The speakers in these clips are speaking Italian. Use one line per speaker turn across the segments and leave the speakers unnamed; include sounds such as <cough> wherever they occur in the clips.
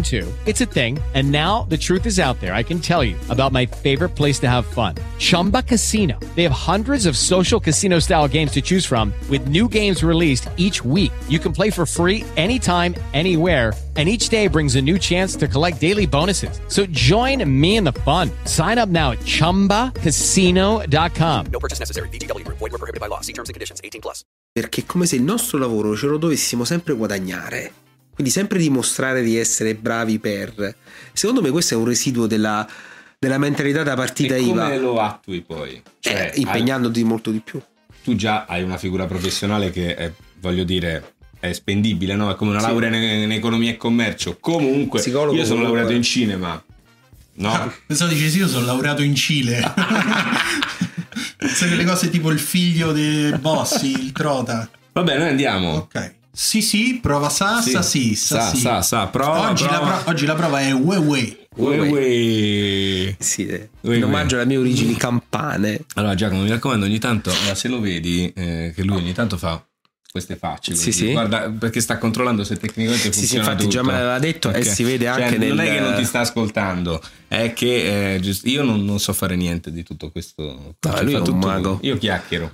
too. It's a thing. And now the truth is out there. I can tell you about my favorite place to have fun Chumba Casino. They have hundreds of social casino style games to choose from, with new games released each week. You can play for free anytime, anywhere. And each day brings a new chance to collect daily bonuses. So join me in the fun. Sign up now at chumbacasino.com.
No purchase necessary. VGW Group. Void were prohibited by law. See terms and conditions. 18 plus.
Perché è come se il nostro lavoro ce lo dovessimo sempre guadagnare. Quindi sempre dimostrare di essere bravi per. Secondo me questo è un residuo della, della mentalità da partita
e
IVA.
come lo attui poi? Cioè,
Eh, impegnandoti molto di più.
hai- tu già hai una figura professionale che è, voglio dire è spendibile, no? È come una
Sì.
laurea in, in economia e commercio. Comunque,
Psicologo,
io sono
comunque.
laureato in cinema. No?
Pensavo dici sì, io sono laureato in
<laughs>
Cile. Sai quelle cose tipo il figlio dei Bossi, il trota.
Vabbè, noi andiamo.
Ok. Sì, sì, prova sa,
Sì.
sa sì, sa,
Sa,
sì.
sa, sa, prova,
oggi, La
prova.
pro- oggi la prova è ue ue.
Ue,
Ue,
ue.
Sì, eh.
Ui,
in
ui.
omaggio alle mie origini campane.
Allora, Giacomo, mi raccomando, ogni tanto, allora, se lo vedi, eh, che lui ogni tanto fa queste facce.
Sì,
così.
sì.
Guarda, perché sta controllando se tecnicamente
Sì, sì,
funziona.
infatti già
tutto.
me l'aveva detto e
Ok.
si vede
Cioè,
anche
Non
nel-
è che non ti sta ascoltando, è che eh, giust- io non, non so fare niente di tutto questo. Cioè,
lui
fa
è un
tutto
mago.
lui. Io chiacchiero,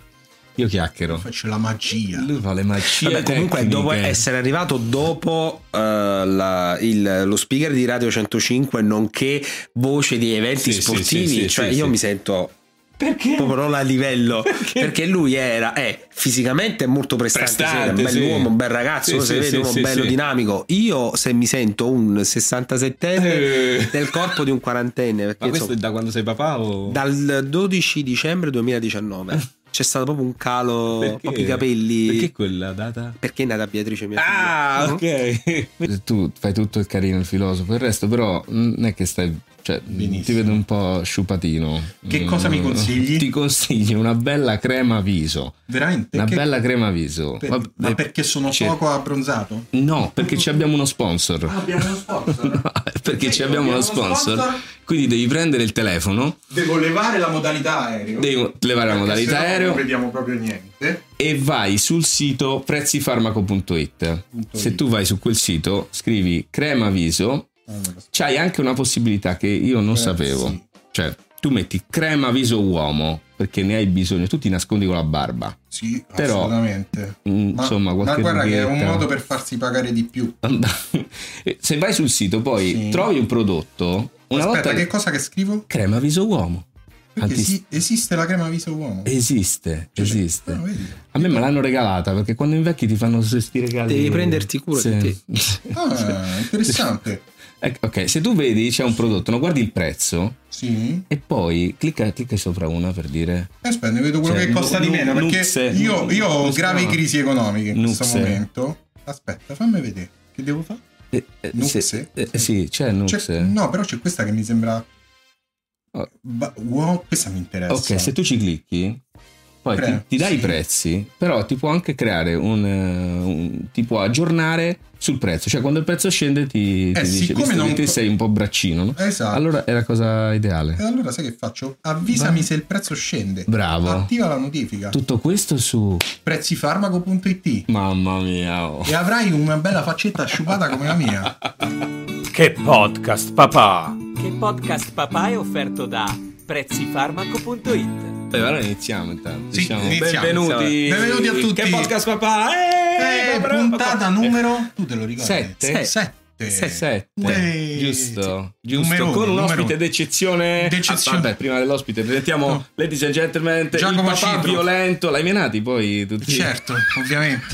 io chiacchiero.
Faccio la magia.
Lui fa le magie.
Vabbè, comunque, dopo
tecniche.
essere arrivato dopo eh, la- il- lo speaker di Radio 105, nonché voce di eventi
Sì, sì,
sportivi,
sì, sì,
cioè
sì,
io
sì.
mi sento
Perché?
proprio non a
<laughs>
livello
Perché?
perché, lui era è fisicamente molto prestante, sì, era un
Prestante,
bel
sì.
uomo, un bel ragazzo,
Sì,
uno si
sì,
vede
sì,
uno
sì,
bello
sì.
dinamico. Io se mi sento un 67enne
Eh.
nel corpo di un quarantenne, perché
Ma questo
insomma,
è da quando sei papà o...
dal 12 dicembre 2019 c'è stato proprio un calo
Eh. Perché?
proprio i capelli
Perché quella data?
perché è nata Beatrice mia
Ah,
figlia. Mm?
ok. tu fai tutto il carino, il filosofo, il resto però non è che stai... Cioè,
Benissimo.
ti vedo un po' sciupatino. Mm.
Che cosa mi consigli?
<laughs> Ti consiglio una bella crema viso.
Veramente?
Una
Che-
bella crema viso.
per-
Vabbè,
ma perché sono
c'è-
poco abbronzato?
No, perché ci abbiamo uno sponsor.
abbiamo uno
<laughs>
sponsor.
perché ci abbiamo uno sponsor. Quindi devi prendere il telefono,
Devo levare la modalità aereo.
devi levare la modalità aereo
vediamo proprio niente.
e vai sul sito prezzifarmaco.it.
Punto
Se
it.
tu vai su quel sito, scrivi crema viso, c'hai anche una possibilità che io
Eh,
non sapevo. Cioè, tu metti crema viso uomo perché ne hai bisogno, tu ti nascondi con la barba. <laughs>
Sì,
Però-
assolutamente.
Mm, insomma,
ma
qualche
guarda che è un
rughetta.
modo per farsi pagare di più.
Se vai sul sito poi
Sì.
trovi un prodotto, una
Aspetta,
volta
che cosa che scrivo?
crema viso uomo.
Perché
Anti-
esi- esiste la crema viso uomo.
Esiste, esiste.
Ah, vedi?
A me me l'hanno regalata perché quando invecchi ti fanno questi regali.
Devi prenderti cura di
Ah, interessante.
<laughs> Ecco, ok, se tu vedi c'è un prodotto, no, guardi il prezzo
Sì.
e poi clicca, clicca sopra una per dire
Eh, Aspetta, ne vedo quello
Cioè,
che costa di
nu-
meno
nu-
perché
nuxe,
io,
nu-
io ho
come si
gravi
chiama?
crisi economiche in questo
Nuxe.
momento. Aspetta, fammi vedere. Che devo fare?
eh, eh,
Nuxe?
se- eh, sì, c'è Nux.
C'è- no, però c'è questa che mi sembra.
Oh.
Ba- wow, questa mi interessa.
ok, se tu ci clicchi poi ti,
Pre-
ti dai
sì.
i prezzi, però ti può anche creare un, eh, un- ti può aggiornare sul prezzo, cioè quando il prezzo scende ti, ti dice
Eh, siccome
visto che
non-
te sei un po' braccino, no?
Esatto. Eh.
Allora è la cosa ideale.
E allora sai che faccio? Avvisami se il prezzo scende.
Bravo.
Attiva la notifica.
Tutto questo su
Prezzifarmaco.it
Mamma mia. oh.
e avrai una bella faccetta asciugata come la mia.
Che podcast, papà!
Che podcast papà è offerto da prezzifarmaco.it
Beh, allora iniziamo intanto.
Sì,
diciamo.
iniziamo.
Benvenuti.
Benvenuti a tutti.
Che podcast papà?
Eh,
Eh, bravo,
puntata
papà.
numero. Tu te lo ricordi?
Sette.
Sette.
Eh, Sette.
Eh,
Giusto,
sì.
giusto.
Numero
Con un
uno,
ospite
numero uno.
d'eccezione.
D'eccezione.
Ah, vabbè, prima dell'ospite presentiamo
No.
ladies and gentlemen,
Giacomo
il papà
Citro.
violento. L'hai menati poi tutti?
Certo,
<laughs>
ovviamente.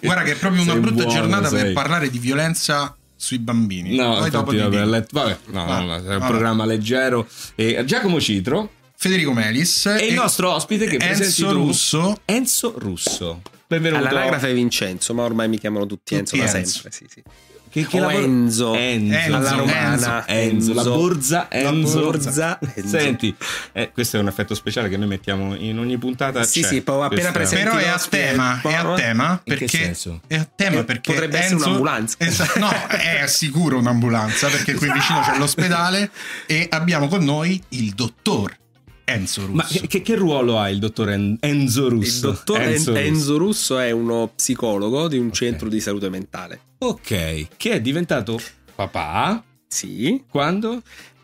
Guarda che è proprio una
Sei
brutta
buono,
giornata per
sei.
parlare di violenza sui bambini.
No,
Poi
infatti,
dopo ti
vabbè,
dico. Ah,
letto- vabbè, no,
Va,
no, no, è un
va.
programma leggero. E Giacomo Citro
Federico Melis
E il nostro ospite che presenti
Eh, Enzo
tu.
Russo.
Enzo Russo. Benvenuto.
All'anagrafe Vincenzo, ma ormai mi chiamano tutti Enzo
Tutti
da
Enzo.
sempre. Sì, sì.
Che,
O
lavoro- Eh,
Enzo.
Enzo.
Enzo,
alla romana.
Enzo.
Enzo. La
Enzo.
borza
La
Enzo.
borza Enzo.
Senti, eh, questo è un effetto speciale che noi mettiamo in ogni puntata.
Sì,
c'è.
sì, poi appena
Questa-
presenti-
Però è a
l'ospite,
tema, è a
buono, eh?
tema
In che
perché
senso?
è a tema
Eh,
perché
potrebbe essere
Enzo-
un'ambulanza.
Esa- no, è sicuro un'ambulanza perché
Esatto.
qui vicino c'è l'ospedale e abbiamo con noi il dottor Enzo Russo.
Ma che, che- che ruolo ha il dottor En- Enzo
Il
Russo?
dottor Enzo,
Russo.
Russo è uno psicologo di un centro di salute mentale.
Ok, che è diventato papà
Sì,
quando?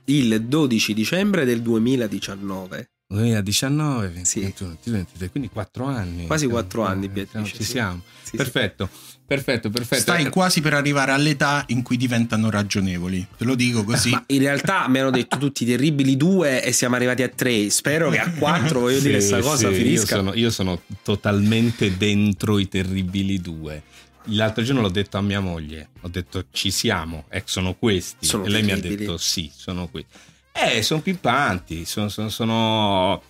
il 12 dicembre del 2019.
2019, 20,
Sì.
21, 23, quindi 4 anni.
Quasi quattro anni, Beatrice,
Ci
sì.
siamo.
Sì, sì.
perfetto, perfetto, perfetto.
Stai quasi per arrivare all'età in cui diventano ragionevoli. Te lo dico così.
Ma in realtà mi hanno detto tutti i terribili due e siamo arrivati a tre. Spero che a quattro, voglio dire,
<laughs> Sì,
sta cosa
sì,
finisca.
Io sono, io sono totalmente dentro i terribili due. L'altro giorno l'ho detto a mia moglie, ho detto ci siamo, eh, sono questi.
Sono
e lei mi ha
terribili.
detto sì, sono qui. Eh, sono pimpanti, sono... sono- sono-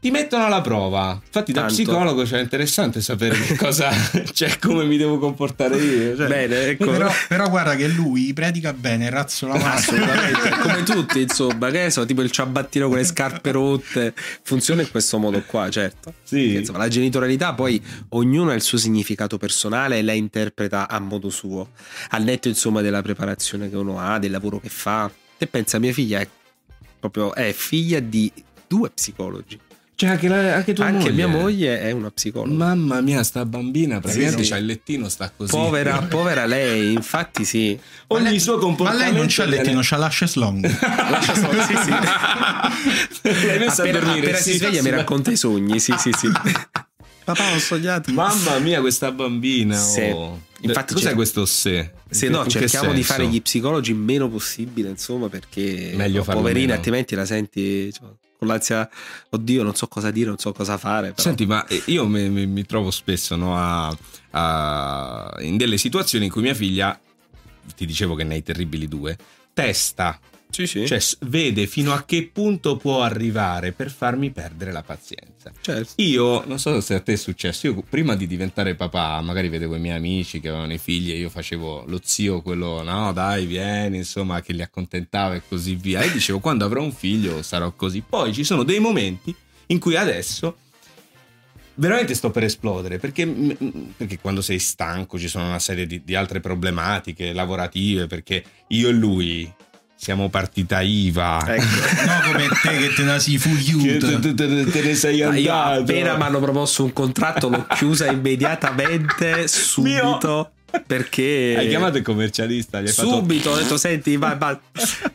Ti mettono alla prova. Infatti, da
Tanto.
psicologo cioè, è interessante sapere che cosa, <laughs> cioè, come mi devo comportare io. cioè.
Bene, ecco.
Però, però guarda che lui predica bene, razzo la
Assolutamente,
mano.
come tutti, insomma, che ne so, tipo il ciabattino con le scarpe rotte. Funziona in questo modo qua, certo.
Sì.
Che, insomma, la genitorialità poi ognuno ha il suo significato personale e la interpreta a modo suo, al netto insomma della preparazione che uno ha, del lavoro che fa. Te pensa, mia figlia è proprio è figlia di due psicologi.
Cioè, anche, la- anche tua
Anche
moglie. eh.
mia moglie è una psicologa.
Mamma mia, sta bambina, praticamente
sì.
c'ha il lettino, sta così.
Povera, povera lei, infatti sì.
Ogni
Ma lei-
suo
Ma
comportamento
lei non c'ha il
viene-
lettino, c'ha
<laughs>
l'ashes long.
Lascia stare, sì, sì.
L'hai messa
appena
a dormire.
appena
sì,
si sveglia
sì.
mi racconta i sogni, sì, sì,
<laughs>
sì. Papà, ho sognato.
Mamma mia, questa bambina.
Se-
oh.
infatti
cos'è
cer-
questo se?
Se
In che-
no,
in che
cerchiamo di
senso?
fare gli psicologi il meno possibile, insomma, perché
Meglio
no,
farlo
poverina,
meno.
altrimenti la senti cioè, con l'ansia, oddio, non so cosa dire, non so cosa fare. Però.
Senti, ma eh, io mi, mi- mi trovo spesso no, a- a- in delle situazioni in cui mia figlia, ti dicevo che nei terribili due, testa,
sì, sì.
cioè s- vede fino a che punto può arrivare per farmi perdere la pazienza.
certo.
Io non so se a te è successo, io prima di diventare papà, magari vedevo i miei amici che avevano i figli e io facevo lo zio, quello no, dai, vieni, insomma, che li accontentava e così via. E dicevo, quando avrò un figlio sarò così. Poi ci sono dei momenti in cui adesso veramente sto per esplodere perché, perché quando sei stanco ci sono una serie di, di altre problematiche lavorative perché io e lui siamo partita IVA.
Ecco.
No, come te che te la si fu
Che
youth.
te, te- <laughs> te- te ne sei
Ma
andato.
Ah, io appena mi hanno proposto un contratto l'ho chiusa
<laughs>
immediatamente, subito, perché...
Hai chiamato il commercialista, gli hai
Subito ho <laughs> detto senti vai
<laughs>
vai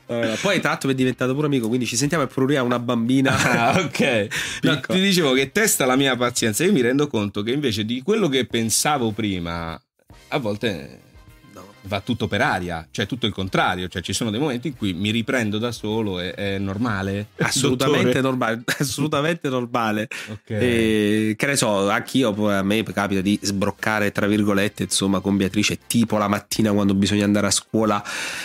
Allora, Poi tra l'altro mi è diventato pure amico Quindi ci sentiamo e pure lui ha una bambina
fatto. Ah,
<laughs>
ok. No,
Piccola.
ti dicevo che testa la mia pazienza. Io mi rendo conto che invece di quello che pensavo prima, a volte
No.
va tutto per aria, cioè tutto il contrario. Cioè, ci sono dei momenti in cui mi riprendo da solo e è normale.
<laughs> assolutamente Eh,
Dottore?
normale, <laughs> assolutamente normale.
Ok.
E, che ne so, anch'io poi a me capita di sbroccare tra virgolette, insomma, con Beatrice, tipo la mattina quando bisogna andare a scuola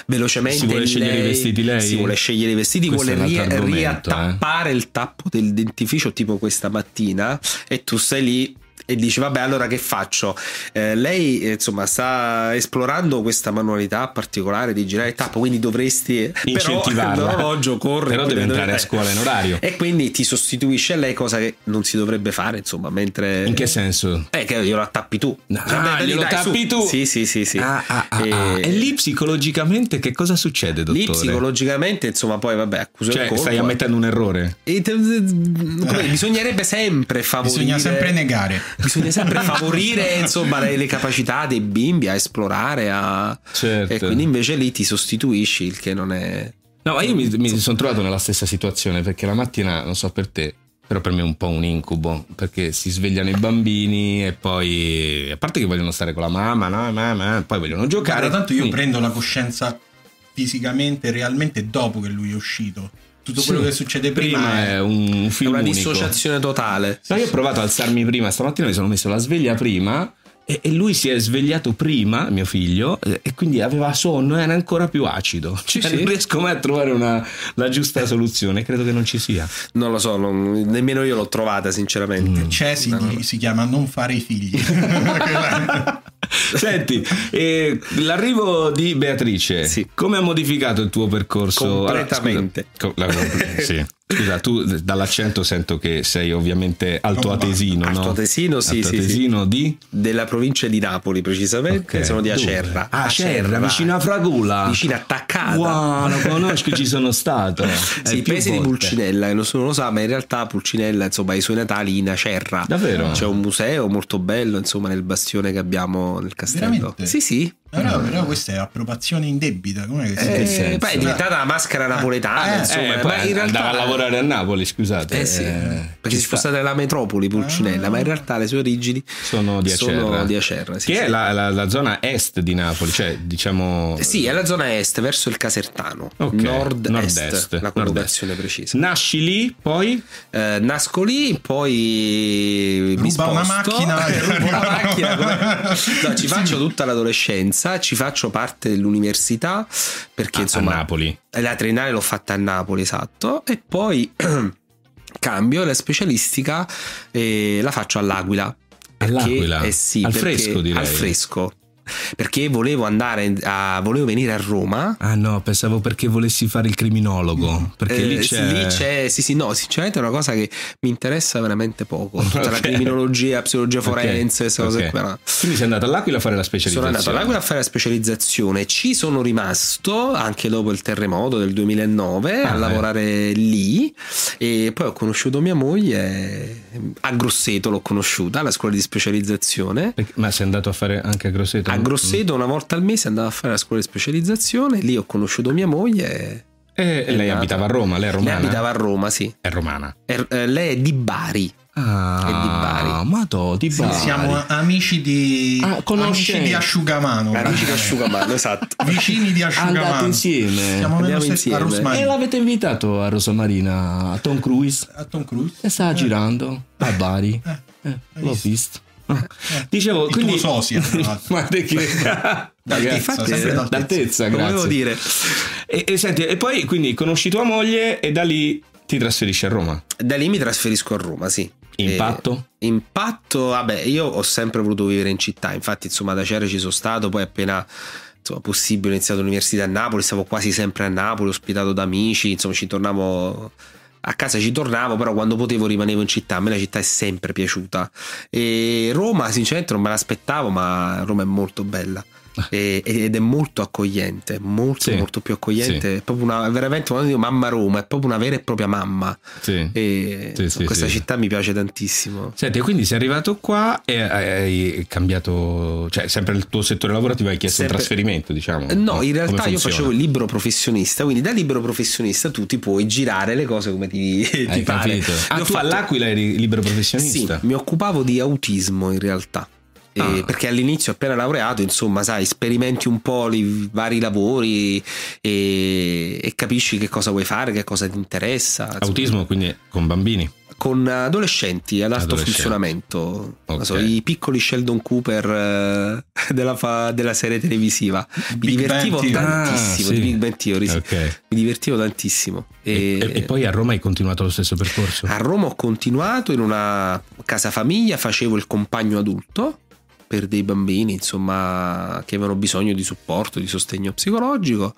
velocemente.
Si vuole
lei-
scegliere i vestiti lei?
Si vuole scegliere i vestiti,
Questo è
vuole
un
ri-
altro argomento,
riattappare il tappo del dentifricio tipo questa mattina e tu sei lì e dici vabbè allora che faccio? Eh, lei eh, insomma sta esplorando questa manualità particolare di girare il tappo, quindi dovresti
Incentivarla.
<laughs> Però l'orologio corre
Però deve
quindi
entrare a
dovrebbe-
scuola in orario.
e quindi ti sostituisce a lei cosa che non si dovrebbe fare, insomma, mentre...
In che senso?
Eh, che glielo tappi tu.
No, Ah,
Cioè, dai, dai,
glielo
dai, su.
tappi tu.
Sì, sì, sì, sì.
Ah, ah, ah, ah. E...
E-
lì psicologicamente che cosa succede, dottore?
lì psicologicamente, insomma, poi vabbè, accusa il
Cioè,
colpo,
stai
eh.
ammettendo un errore.
E te- come-
Eh.
bisognerebbe sempre favorire
Bisogna sempre negare.
bisogna
<laughs>
sempre favorire insomma le, le capacità dei bimbi a esplorare a-
Certo.
e quindi invece lì ti sostituisci il che non è
No, ma io mi, sono trovato nella stessa situazione perché la mattina, non so per te, però per me è un po' un incubo perché si svegliano i bambini e poi, a parte che vogliono stare con la mamma, no, mamma, poi vogliono giocare. Mm.
Guarda, tanto io
Quindi-
prendo la coscienza fisicamente, realmente dopo che lui è uscito. Tutto quello
Sì.
che succede prima, eh.
è un
è
film
una
unico.
dissociazione totale
No, io ho provato a alzarmi prima, stamattina mi sono messo la sveglia prima E, e lui si è svegliato prima, mio figlio, eh, e quindi aveva sonno e era ancora più acido.
Sì,
Cioè,
sì.
Non riesco mai a trovare una- la giusta soluzione, credo che non ci sia.
Non lo so, non- nemmeno io l'ho trovata, sinceramente.
C'è, si, si chiama Non fare i
<laughs>
figli. Quella-
<laughs> Senti, eh, l'arrivo di Beatrice,
Sì.
come ha modificato il tuo percorso?
Completamente.
Allora, scusa, co- la- sì. Scusa, tu dall'accento sento che sei ovviamente altoatesino, no?
Altoatesino, sì, sì, sì.
Altoatesino di?
Della provincia di Napoli, precisamente,
Ok.
sono di
Dove?
Acerra.
Ah, Acerra, vicino a Fragola.
Vicino a Taccata. <laughs>
Wow, lo conosco, ci sono stato.
Sì,
Eh,
il
più
paese di
volte.
Pulcinella, che nessuno lo sa, ma in realtà Pulcinella, insomma, ha i suoi natali in Acerra.
Davvero?
C'è un museo molto bello, insomma, nel bastione che abbiamo nel castello.
Veramente?
Sì, sì.
però, però questa è approvazione indebita. Com'è che si
Eh,
dice?
senso?
poi è diventata la maschera napoletana,
Eh,
insomma,
Eh, poi
ma in realtà
andava a lavorare a Napoli, scusate.
Eh sì, perché
ci
si
sta. Ah.
fosse stata la metropoli Pulcinella, ma in realtà le sue origini
Sono di Acerra.
sono di Acerra, sì,
che è
sì.
la, la- la zona est di Napoli, cioè diciamo...
Eh Sì, è la zona est, verso il Casertano,
Ok,
nord-est,
nord-est,
la collocazione precisa.
Nasci lì, poi
Eh, nasco lì, poi mi
Ruba una
sposto.
macchina
eh,
<laughs>
e
rubo una
arrivano.
macchina, com'è? No, ci
<laughs>
Sì.
faccio tutta l'adolescenza, ci faccio parte dell'università perché
Ah, a-
insomma eh,
a Napoli.
la triennale l'ho fatta a Napoli, esatto, e poi <clears throat> cambio la specialistica e la faccio all'Aquila. Perché-
All'Aquila?
eh sì,
Al
perché-
fresco, direi.
Al fresco. Perché volevo andare in- a, volevo venire a Roma.
Ah no, pensavo perché volessi fare il criminologo, perché
Eh,
lì
sì,
c'è...
lì c'è- sì, sì, no, sinceramente è una cosa che mi interessa veramente
<laughs>
poco. Tutta la criminologia, la psicologia
Ok,
forense, queste cose
ok.
qua. no.
Quindi sei andato all'Aquila a fare la
Sono
specializzazione.
andato all'Aquila a fare la specializzazione, ci sono rimasto anche dopo il terremoto del 2009
Ah,
a
eh.
lavorare lì e poi ho conosciuto mia moglie a Grosseto, l'ho conosciuta alla scuola di specializzazione.
Perché- Ma sei andato a fare anche a Grosseto?
A Grosseto una volta al mese andavo a fare la scuola di specializzazione, lì ho conosciuto mia moglie.
Eh, E lei
Esatto.
abitava a Roma, lei è romana?
Lei abitava a Roma, sì.
È romana.
Er- eh, lei è di Bari.
Ah,
E di Bari.
Ma to, di
Sì,
Bari.
siamo amici di,
Ah, conoscente.
amici di asciugamano. Eh,
Amici di asciugamano, esatto.
Vicini di asciugamano.
Andate insieme.
Siamo nello
Andiamo
stesso
insieme.
a
E
Rosmarino.
l'avete invitato a Rosa Marina, a Tom Cruise?
A Tom Cruise.
Eh,
E stava girando a Bari.
Eh,
Eh,
hai
l'ho
visto? Eh.
visto. Ah. Dicevo,
Il
quindi...
tuo sosia,
<laughs>
tra l'altro.
Ma te che... Ragazzi, <laughs>
Infatti,
sempre
eh,
d'altezza,
Lo
grazie.
volevo dire.
E, e senti, e poi quindi conosci tua moglie e da lì ti trasferisci a Roma.
Da lì mi trasferisco a Roma, sì.
Impatto?
Eh, impatto, vabbè, io ho sempre voluto vivere in città, infatti insomma da Cere ci sono stato, poi appena insomma, possibile ho iniziato l'università a Napoli, stavo quasi sempre a Napoli, ospitato da amici, insomma ci tornavo... A casa ci tornavo, però quando potevo rimanevo in città. A me la città è sempre piaciuta. E Roma, sinceramente, non me l'aspettavo, ma Roma è molto
<laughs>
bella E- ed è molto accogliente, molto,
Sì.
molto più accogliente. È proprio una, veramente, quando dico mamma Roma, è proprio una vera e propria mamma.
Sì.
E
Sì, sì,
questa
sì.
città mi piace tantissimo.
Senti, quindi sei arrivato qua e hai cambiato, cioè sempre il tuo settore lavorativo hai chiesto
Sempre-
un trasferimento, diciamo.
Eh, No, in
Come
realtà io
funziona?
facevo il libero professionista, quindi da libero professionista tu ti puoi girare le cose come ti, ti
Hai
pare.
capito? Ah,
Io ho
tu
fatto-
all'Aquila eri libero
Sì,
professionista.
mi occupavo di autismo in realtà. Eh,
Ah.
perché all'inizio appena laureato, insomma, sai, sperimenti un po' i vari lavori e, e capisci che cosa vuoi fare, che cosa ti interessa. Insomma,
Autismo, quindi con bambini.
Con adolescenti ad alto
Adolescenti.
funzionamento, Non
Ok.
so, i piccoli Sheldon Cooper eh, <laughs> della, fa- della serie televisiva. mi
Big
divertivo
Bang Theory.
tantissimo
Ah,
di
sì.
Big Bang Theory, sì.
Ok.
mi divertivo tantissimo e, Ah,
E, e- e poi a Roma hai continuato lo stesso percorso?
a Roma ho continuato in una casa famiglia facevo il compagno adulto per dei bambini insomma che avevano bisogno di supporto di sostegno psicologico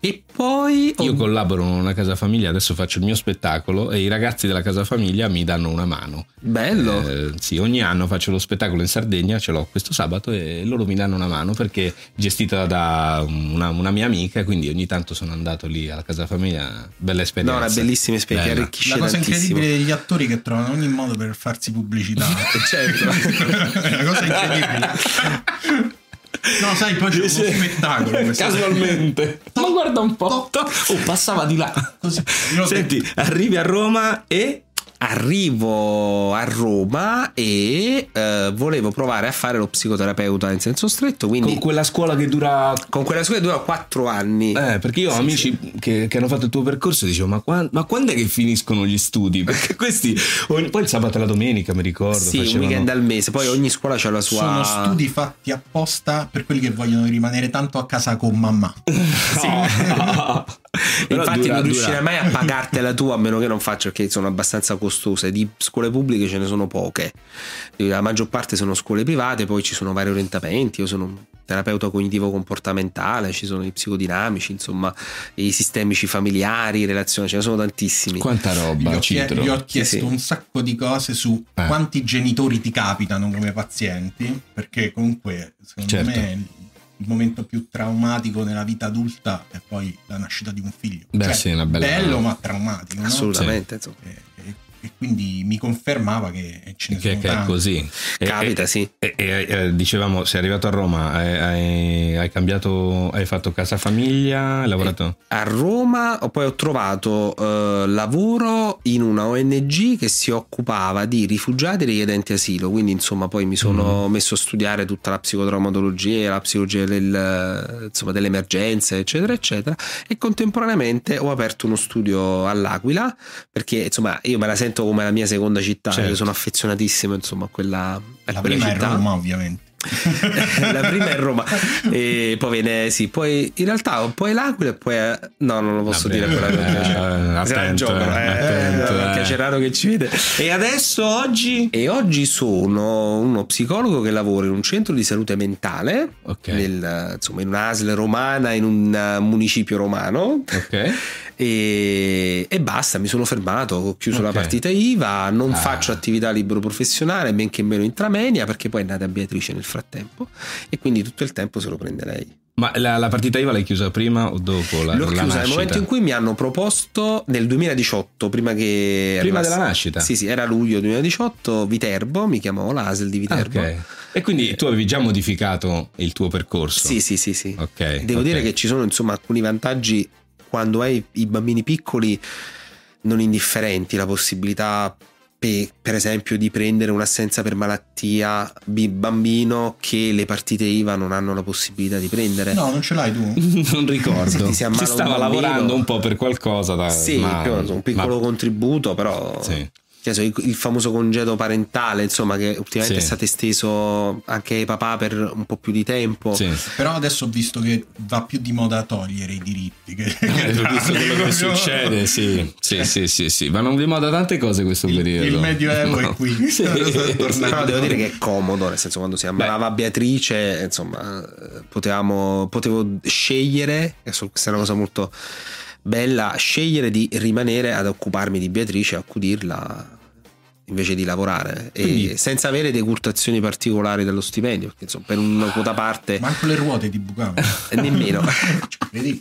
e poi ho-
Io collaboro con una casa famiglia, adesso faccio il mio spettacolo e i ragazzi della casa famiglia mi danno una mano.
bello
Eh, sì, ogni anno faccio lo spettacolo in Sardegna, ce l'ho questo sabato e loro mi danno una mano perché gestita da una, una mia amica, quindi ogni tanto sono andato lì alla casa famiglia, bella
no
esperienza.
una bellissima esperienza che
Bella.
La
arricchisce
cosa
tantissimo
incredibile degli attori che trovano ogni modo per farsi pubblicità.
<laughs> Certo.
<laughs> è una cosa incredibile. No, sai, poi c'è uno
Sì. <laughs>
spettacolo. questo.
Casualmente. Ma guarda un po'. Oh, passava di là.
Così. Io-
Senti, arrivi a Roma e
arrivo a Roma e eh, volevo provare a fare lo psicoterapeuta in senso stretto, quindi
Con
con,
quella scuola che dura
quella scuola dura 4 anni.
Eh, perché io ho amici Che, che hanno fatto il tuo percorso e dicevo, ma, quan- ma quando è che finiscono gli studi? Perché questi, ogni- poi il sabato e la domenica, mi ricordo,
Sì, un
facevano- <laughs>
weekend al <laughs> mese, poi ogni scuola ha la sua...
Sono studi fatti apposta per quelli che vogliono rimanere tanto a casa con mamma.
No. Però
Infatti
dura-
non
dura.
riuscirai mai a pagartela tu a meno che non faccia perché sono abbastanza costose. Di scuole pubbliche ce ne sono poche. Eh, La maggior parte sono scuole private, poi ci sono vari orientamenti. Io sono un terapeuta cognitivo comportamentale, ci sono i psicodinamici, insomma, i sistemici familiari, relazioni, ce ne sono tantissimi.
Quanta
Gli
roba,
ho, chie-
Citro.
gli ho chiesto
sì.
un sacco di cose su
Eh.
quanti genitori ti capitano come pazienti, perché comunque secondo
Certo.
me il momento più traumatico nella vita adulta è poi la nascita di un figlio.
Beh,
Cioè,
sì, è una bella-
bello ma traumatico. no?
Assolutamente, insomma.
E, Eh, e- e quindi mi confermava che ce ne
Che,
sono
che è
tanti.
così. E-
Capita, sì.
E, e- e- dicevamo, sei arrivato a Roma, hai, hai- hai cambiato, hai fatto casa famiglia, hai lavorato.
A Roma ho- poi ho trovato eh, lavoro in una ONG che si occupava di rifugiati e richiedenti asilo, quindi insomma poi mi sono
Mm.
messo a studiare tutta la psicotraumatologia, la psicologia del, insomma, delle emergenze, eccetera, eccetera, e contemporaneamente ho aperto uno studio all'Aquila, perché insomma io me la sento come la mia seconda città,
Certo.
io sono affezionatissimo insomma a quella, a quella
La prima è
città.
Roma
<laughs>
ovviamente.
<laughs> la prima è
<laughs>
Roma
Eh,
e poi viene sì poi in realtà poi l'Aquila e poi no non lo posso
Vabbè,
dire quella che
eh,
piace. Se la
attento,
giocano,
eh, attento, eh.
perché c'è Raro che ci vede
E adesso oggi?
e oggi sono uno psicologo che lavora in un centro di salute mentale
Ok.
nel, insomma in un'ASL romana in un eh, municipio romano
Ok.
<laughs> e, e basta, mi sono fermato, ho chiuso
Ok.
la partita IVA, non
Ah.
faccio attività libero professionale, men che meno intramenia, perché poi è nata Beatrice nel frattempo e quindi tutto il tempo se lo prende lei.
Ma la, la partita IVA l'hai chiusa prima o dopo la,
L'ho
la
chiusa nel
nascita?
momento in cui mi hanno proposto nel 2018, prima che...
Prima
arrivasse-
della nascita?
Sì, sì, era luglio 2018, Viterbo, mi chiamavo l'ASL di
Ah,
Viterbo.
ok. E quindi tu avevi già modificato il tuo percorso?
Eh, Sì, sì, sì, sì.
Ok.
Devo
ok.
dire che ci sono insomma alcuni vantaggi quando hai i bambini piccoli non indifferenti, la possibilità pe- per esempio di prendere un'assenza per malattia bi- bambino che le partite IVA non hanno la possibilità di prendere.
No, non ce l'hai tu?
<laughs> non ricordo.
Ti si ammala
Ci
un
stava
bambino.
lavorando un po' per qualcosa. Da,
Sì,
ma-
più o meno, un piccolo
ma-
contributo, però
Sì.
Cioè, so, il, il famoso congedo parentale, insomma, che ultimamente è
Sì.
stato esteso anche ai papà per un po' più di tempo.
Sì.
<laughs>
Però adesso ho visto che va più di moda togliere i diritti. Che,
Eh,
<laughs> che
visto
darli,
quello che
proprio.
succede, sì. Sì, sì, sì, sì. Vanno di moda tante cose questo
Il-
periodo.
il Medioevo
No.
è qui.
<laughs> Sì.
Però devo dire che è comodo, nel senso quando si ammalava Beatrice, insomma, eh, potevamo, potevo scegliere, adesso questa è una cosa molto bella, scegliere di rimanere ad occuparmi di Beatrice, a cudirla invece di lavorare e
Quindi-
senza avere decurtazioni particolari dello stipendio, perché insomma per una quota parte
Manco Eh, le ruote ti
<laughs>
bucavano.
nemmeno
Vedi?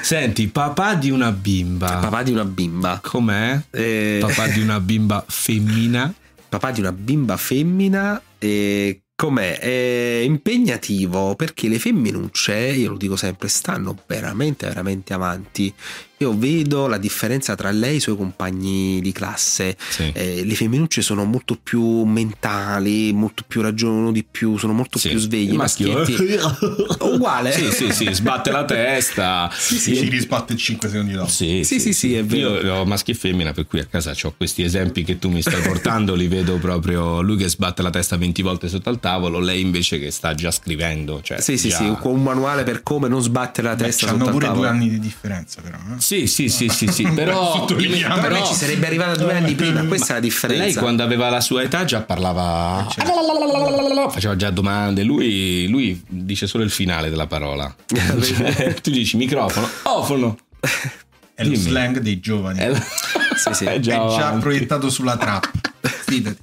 Senti, papà di una bimba.
papà di una bimba.
Com'è?
Eh,
Papà di una bimba femmina.
papà di una bimba femmina e com'è? È impegnativo perché le femminucce, io lo dico sempre, stanno veramente veramente avanti. Io vedo la differenza tra lei e i suoi compagni di classe.
Sì.
Eh, le femminucce sono molto più mentali, molto più ragionano di più, sono molto
Sì.
più svegli. I
Il maschio.
maschietti
<laughs>
<laughs> uguale.
Sì, sì, sì, sbatte la testa.
Sì, sì, si risbatte 5 secondi dopo.
Sì,
Sì, sì, sì, è vero.
Io ho maschio e femmina, per cui a casa ho questi esempi che tu mi stai portando, li vedo proprio lui che sbatte la testa 20 volte sotto al tavolo, lei invece che sta già scrivendo. Cioè
Sì, sì,
già-
sì, con un manuale per come non sbattere la
Beh,
testa
Eh, c'hanno
sotto al
pure
tavolo.
due anni di differenza, però. eh.
Sì, sì, sì, sì, sì, però,
Sottolineiamo.
però-
Per me
Ci sarebbe arrivata due anni prima, questa è la differenza.
lei quando aveva la sua età già parlava, faceva già domande, lui, lui dice solo il finale della
<laughs>
parola. Cioè, tu dici microfono, ofono.
È lo
Dimmi.
slang dei giovani.
È,
È
la-
Sì, sì.
è Eh, già,
già
avanti.
proiettato sulla trappa.
<laughs>
Fidati.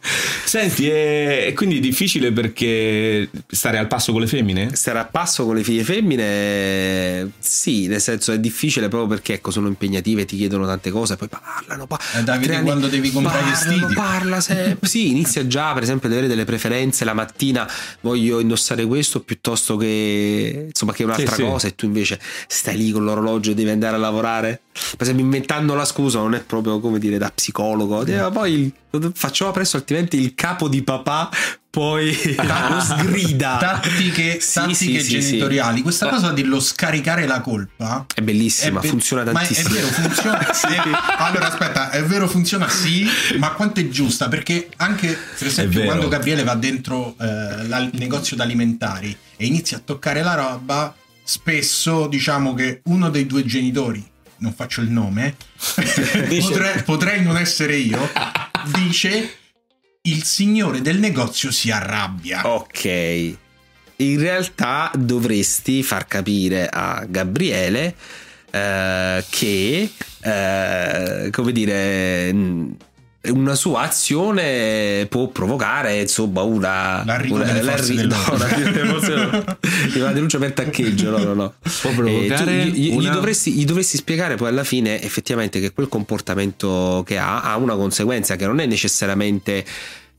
Senti, e quindi è difficile perché stare al passo con le femmine?
Stare a passo con le figlie femmine, sì, nel senso è difficile proprio perché ecco, sono impegnative, ti chiedono tante cose, poi parlano. pa-
Eh, Davide,
tre
quando devi comprare i
parlano,
vestiti.
Parla sempre. Sì, inizia già per esempio ad avere delle preferenze. La mattina voglio indossare questo piuttosto che, insomma, che un'altra
Sì, sì.
cosa, e tu invece stai lì con l'orologio e devi andare a lavorare. Per esempio, inventando la scusa non è proprio come dire da psicologo. Eh, ma poi il- facciamo presto, altrimenti il capo di papà
<laughs>
poi lo sgrida. <laughs>
Tattiche,
Sì,
tattiche
sì, sì, sì.
genitoriali. Questa
Ma-
cosa dello scaricare la colpa
È bellissima,
È be-
funziona
ma è-
tantissimo.
è vero, funziona. sì. Allora, aspetta, è vero, funziona sì, ma quanto è giusta? Perché anche, per esempio,
vero.
quando Gabriele va dentro eh, la- il negozio d'alimentari e inizia a toccare la roba, spesso diciamo che uno dei due genitori, non faccio
<laughs>
il nome, potrei, potrei non essere io, dice il signore del negozio si arrabbia.
<laughs> Ok. In realtà dovresti far capire a Gabriele eh, che, eh, come dire, mh, una sua azione può provocare insomma una.
L'arrivo
una,
delle forze
l'arri-
dell'ordine.
no, l'arrivo delle forze
<laughs>
dell'ordine. Una denuncia per taccheggio, no, no, no.
Può
Eh,
provocare
tu gli, gli- gli
una-
dovresti, gli dovresti spiegare poi alla fine effettivamente che quel comportamento che ha ha una conseguenza che non è necessariamente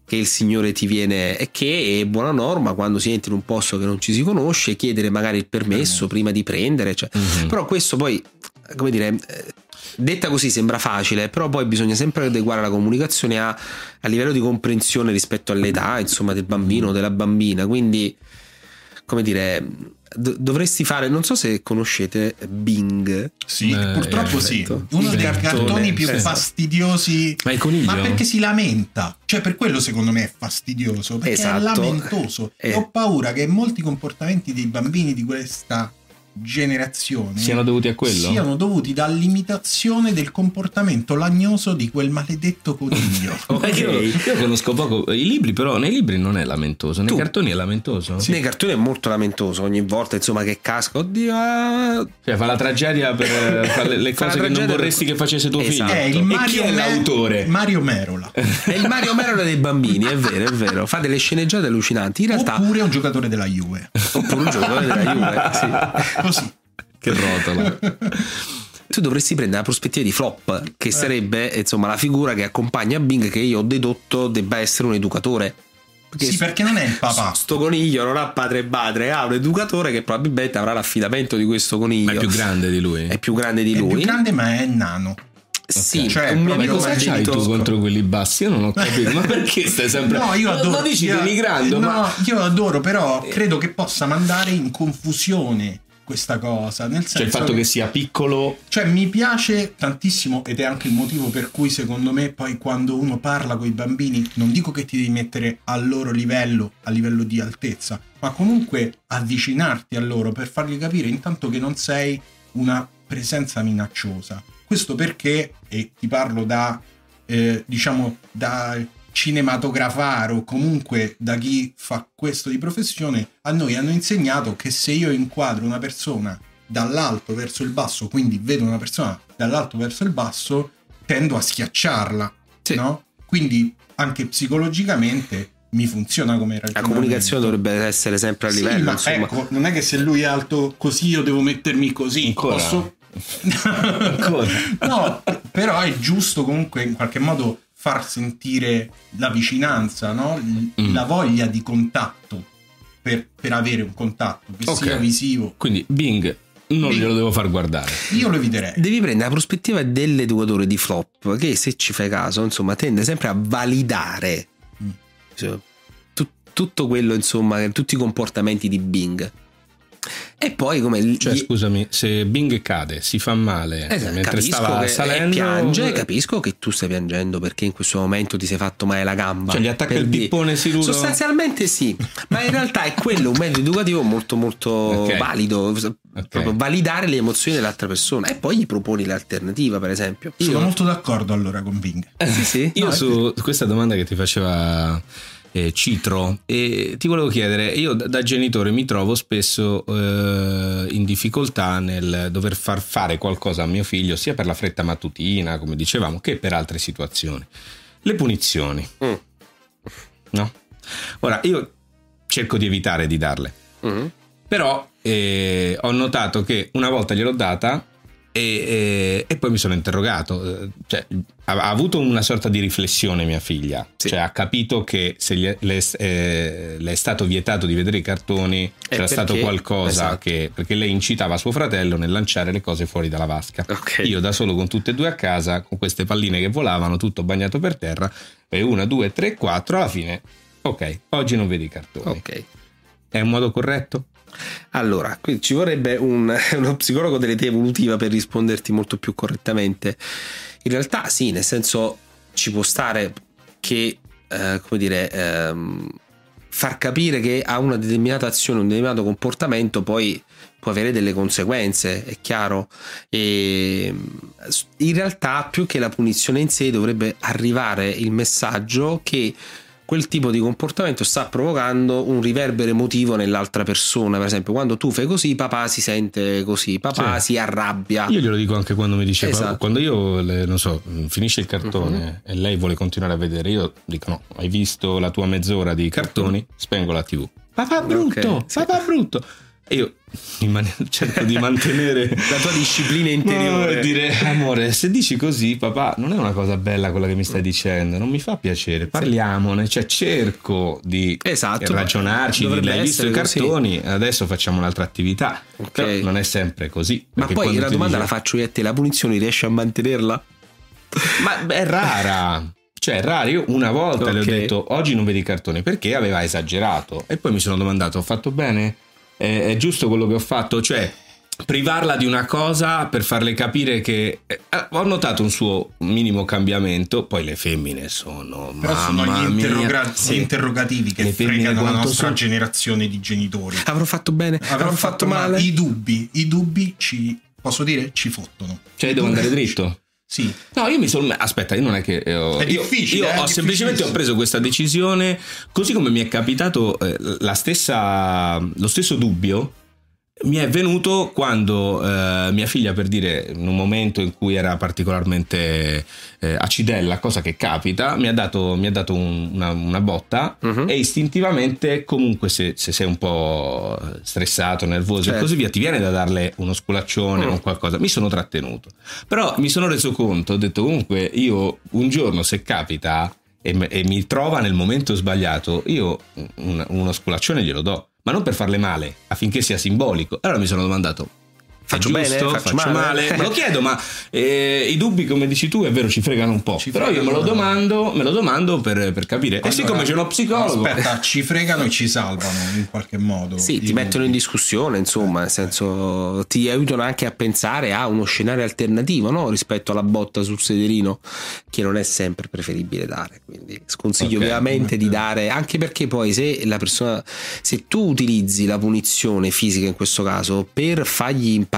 che il Signore ti viene e che è buona norma quando si entra in un posto che non ci si conosce chiedere magari il permesso prima di prendere cioè.
Mm. Mhm.
però questo poi come dire eh, detta così sembra facile però poi bisogna sempre adeguare la comunicazione a, a livello di comprensione rispetto all'età insomma del bambino o della bambina quindi come dire do- dovresti fare non so se conoscete Bing
Sì,
Eh,
purtroppo sì.
perfetto.
Uno dei
Inventone.
cartoni più
Esatto.
fastidiosi
Ma il coniglio?
Ma perché si lamenta? Cioè, per quello secondo me è fastidioso, perché è
Esatto.
lamentoso.
Eh.
E ho paura che molti comportamenti dei bambini di questa generazione
Siano dovuti a quello?
siano dovuti dall'imitazione del comportamento lagnoso di quel maledetto
<laughs>
coniglio.
Esatto.
Ma Io, io conosco poco i libri, però nei libri non è lamentoso, nei
Tu-
cartoni è lamentoso.
nei cartoni è molto lamentoso ogni volta insomma che casca oddio ah,
Cioè, fa la tragedia per eh, fa le, le
Fa la
cose che non
tragedia per-
vorresti che facesse tuo
Esatto.
È
figlio.
Eh, il Mario
e chi è
Me-
l'autore?
Mario
<laughs>
Merola.
È il Mario Merola dei bambini, è vero, è vero. Fa delle sceneggiate allucinanti. In realtà, oppure,
Oppure un giocatore della Juve.
un giocatore della Juve. <laughs> sì.
Così.
Che rotola.
Tu dovresti prendere la prospettiva di Flop,
Eh.
che sarebbe insomma la figura che accompagna Bing, che io ho dedotto debba essere un educatore.
Sì, perché non è il papà.
Sto coniglio non ha padre e padre, ha un educatore che probabilmente avrà l'affidamento di questo coniglio.
Ma è più grande di lui.
È più grande di
È
lui.
più grande, ma è nano.
Sì,
Cioè,
un mio
proprio
Ma
amico
cosa
mi ha
c'hai
detto-
tu contro quelli bassi? Io non ho capito. Ma perché stai sempre.
No, io
Lo
adoro.
dici
io-
denigrando,
no,
ma. Eh.
io adoro, però credo che possa mandare in confusione questa cosa. Nel senso
Cioè, il fatto che sia piccolo.
Cioè, mi piace tantissimo ed è anche il motivo per cui secondo me poi quando uno parla con i bambini, non dico che ti devi mettere al loro livello, a livello di altezza, ma comunque avvicinarti a loro per fargli capire intanto che non sei una presenza minacciosa. Questo perché, e ti parlo da, eh, diciamo, da cinematografare o comunque da chi fa questo di professione, a noi hanno insegnato che se io inquadro una persona dall'alto verso il basso, quindi vedo una persona dall'alto verso il basso, tendo a schiacciarla,
Sì.
no? Quindi anche psicologicamente mi funziona come
La
ragionamento.
comunicazione dovrebbe essere sempre Cioè, a
Sì,
livello.
ma
insomma.
ecco, non è che se lui è alto così io devo mettermi così,
Ancora?
posso
Ancora?
<laughs> No, però è giusto comunque in qualche modo far sentire la vicinanza, no? L-
Mm.
La voglia di contatto per, per avere un contatto, che
Ok.
sia visivo.
Quindi, Bing, non
Bing.
glielo devo far guardare.
Io lo eviterei.
Devi prendere la prospettiva dell'educatore di flop, che se ci fai caso, insomma, tende sempre a validare
Mm.
cioè, tu- tutto quello, insomma, che- tutti i comportamenti di Bing. E poi come gli-
Cioè, scusami, se Bing cade, si fa male
Eh,
mentre
capisco
stava
che
salendo. eh.
e piange, capisco che tu stai piangendo perché in questo momento ti sei fatto male la gamba.
Cioè, gli attacca
Per
il
dire.
pippone siluro.
Sostanzialmente sì, ma in realtà è quello un metodo educativo molto molto
Ok.
valido,
Ok.
proprio validare le emozioni dell'altra persona e poi gli proponi l'alternativa, per esempio.
Sono
Io-
molto d'accordo allora con Bing.
Eh, Sì, sì.
Io
No, è
su questa domanda che ti faceva eh, Citro, e ti volevo chiedere, io da, da genitore mi trovo spesso eh, in difficoltà nel dover far fare qualcosa a mio figlio, sia per la fretta mattutina, come dicevamo, che per altre situazioni. Le punizioni.
Mm.
No? Ora, io cerco di evitare di darle.
Mhm.
eh, Però eh, ho notato che una volta gliel'ho data, E, e- e poi mi sono interrogato, eh, cioè, ha, ha avuto una sorta di riflessione mia figlia,
Sì.
cioè ha capito che se gli è- le, è- eh, le è stato vietato di vedere i cartoni c'era stato
perché-
qualcosa
esatto.
che, perché lei incitava suo fratello nel lanciare le cose fuori dalla vasca.
Ok.
Io da solo con tutte e due a casa, con queste palline che volavano, tutto bagnato per terra, e una, due, tre, quattro, alla fine, ok, oggi non vedi i cartoni.
Ok.
È un modo corretto?
Allora, qui ci vorrebbe un- <laughs> uno psicologo dell'età evolutiva per risponderti molto più correttamente. In realtà sì, nel senso ci può stare che, eh, come dire, ehm, far capire che a una determinata azione, un determinato comportamento poi può avere delle conseguenze, è chiaro. E, s- in realtà più che la punizione in sé dovrebbe arrivare il messaggio che quel tipo di comportamento sta provocando un riverbero emotivo nell'altra persona. Per esempio, quando tu fai così, papà si sente così, papà
Sì.
si arrabbia.
Io glielo dico anche quando mi dice
Esatto. Mhm.
"Papà, quando io le- non so, mh, finisce il cartone e lei vuole continuare a vedere, io dico no, hai visto la tua mezz'ora di cartoni,
Certo.
spengo la TV. Papà brutto,
Ok, sì.
papà brutto. E io in man- <laughs> cerco di mantenere
La tua disciplina interiore.
No, e dire amore, se dici così, papà, non è una cosa bella quella che mi stai dicendo, non mi fa piacere, parliamone, cioè cerco di
Esatto.
ragionarci, di
Dovrebbe
hai visto i
essere così."
cartoni, adesso facciamo un'altra attività.
Ok.
Però non è sempre così.
Ma
perché
poi
quando
la
ti
domanda la
dice-
faccio io a te, la punizione riesci a mantenerla?
Ma è rara. Cioè, è rara. Io una volta le ho
Ok.
detto oggi non vedi i cartoni perché aveva esagerato. E poi mi sono domandato: ho fatto bene? È, è giusto quello che ho fatto? Cioè, privarla di una cosa per farle capire che. eh, ho notato un suo minimo cambiamento. Poi le femmine sono.
Però sono
mamma
gli, interroga-
mia.
gli
Sì.
interrogativi che
Le femmine
fregano la
quanto
nostra
sono-
generazione di genitori.
<laughs> Avrò fatto bene? Avrò,
Avrà
fatto, male?
I dubbi, i dubbi ci, posso dire, ci fottono.
Cioè, devo andare dritto.
Sì,
No, io mi sono. Aspetta, io non è che. eh, ho-
È
io,
difficile,
Io
eh,
ho
è
semplicemente ho
difficilissimo.
preso questa decisione. Così come mi è capitato eh, la stessa, lo stesso dubbio. Mi è venuto quando eh, mia figlia, per dire, in un momento in cui era particolarmente eh, acidella, cosa che capita, mi ha dato, mi ha dato un- una, una botta
Mhm.
e istintivamente, comunque, se, se sei un po' stressato, nervoso e
Certo.
così via, ti viene da darle uno sculaccione
Mm.
o qualcosa. Mi sono trattenuto. Però mi sono reso conto, ho detto comunque io un giorno se capita e, me- e mi trova nel momento sbagliato, io un- uno sculaccione glielo do, ma non per farle male, affinché sia simbolico. Allora mi sono domandato,
Faccio
è
bene?
giusto,
Faccio male?
me lo chiedo, ma eh, i dubbi come dici tu è vero ci fregano un po',
Ci
però io me lo
fregano.
domando, me lo domando per, per capire. e
Allora,
siccome c'è uno psicologo...
Aspetta, ci fregano e ci salvano in qualche modo.
Sì, ti
I
mettono in
dubbi.
discussione, insomma, nel
Eh,
senso ti aiutano anche a pensare a uno scenario alternativo no? rispetto alla botta sul sederino che non è sempre preferibile dare. Quindi sconsiglio
Ok,
ovviamente di
ok.
dare, anche perché poi se la persona, se tu utilizzi la punizione fisica in questo caso per fargli imparare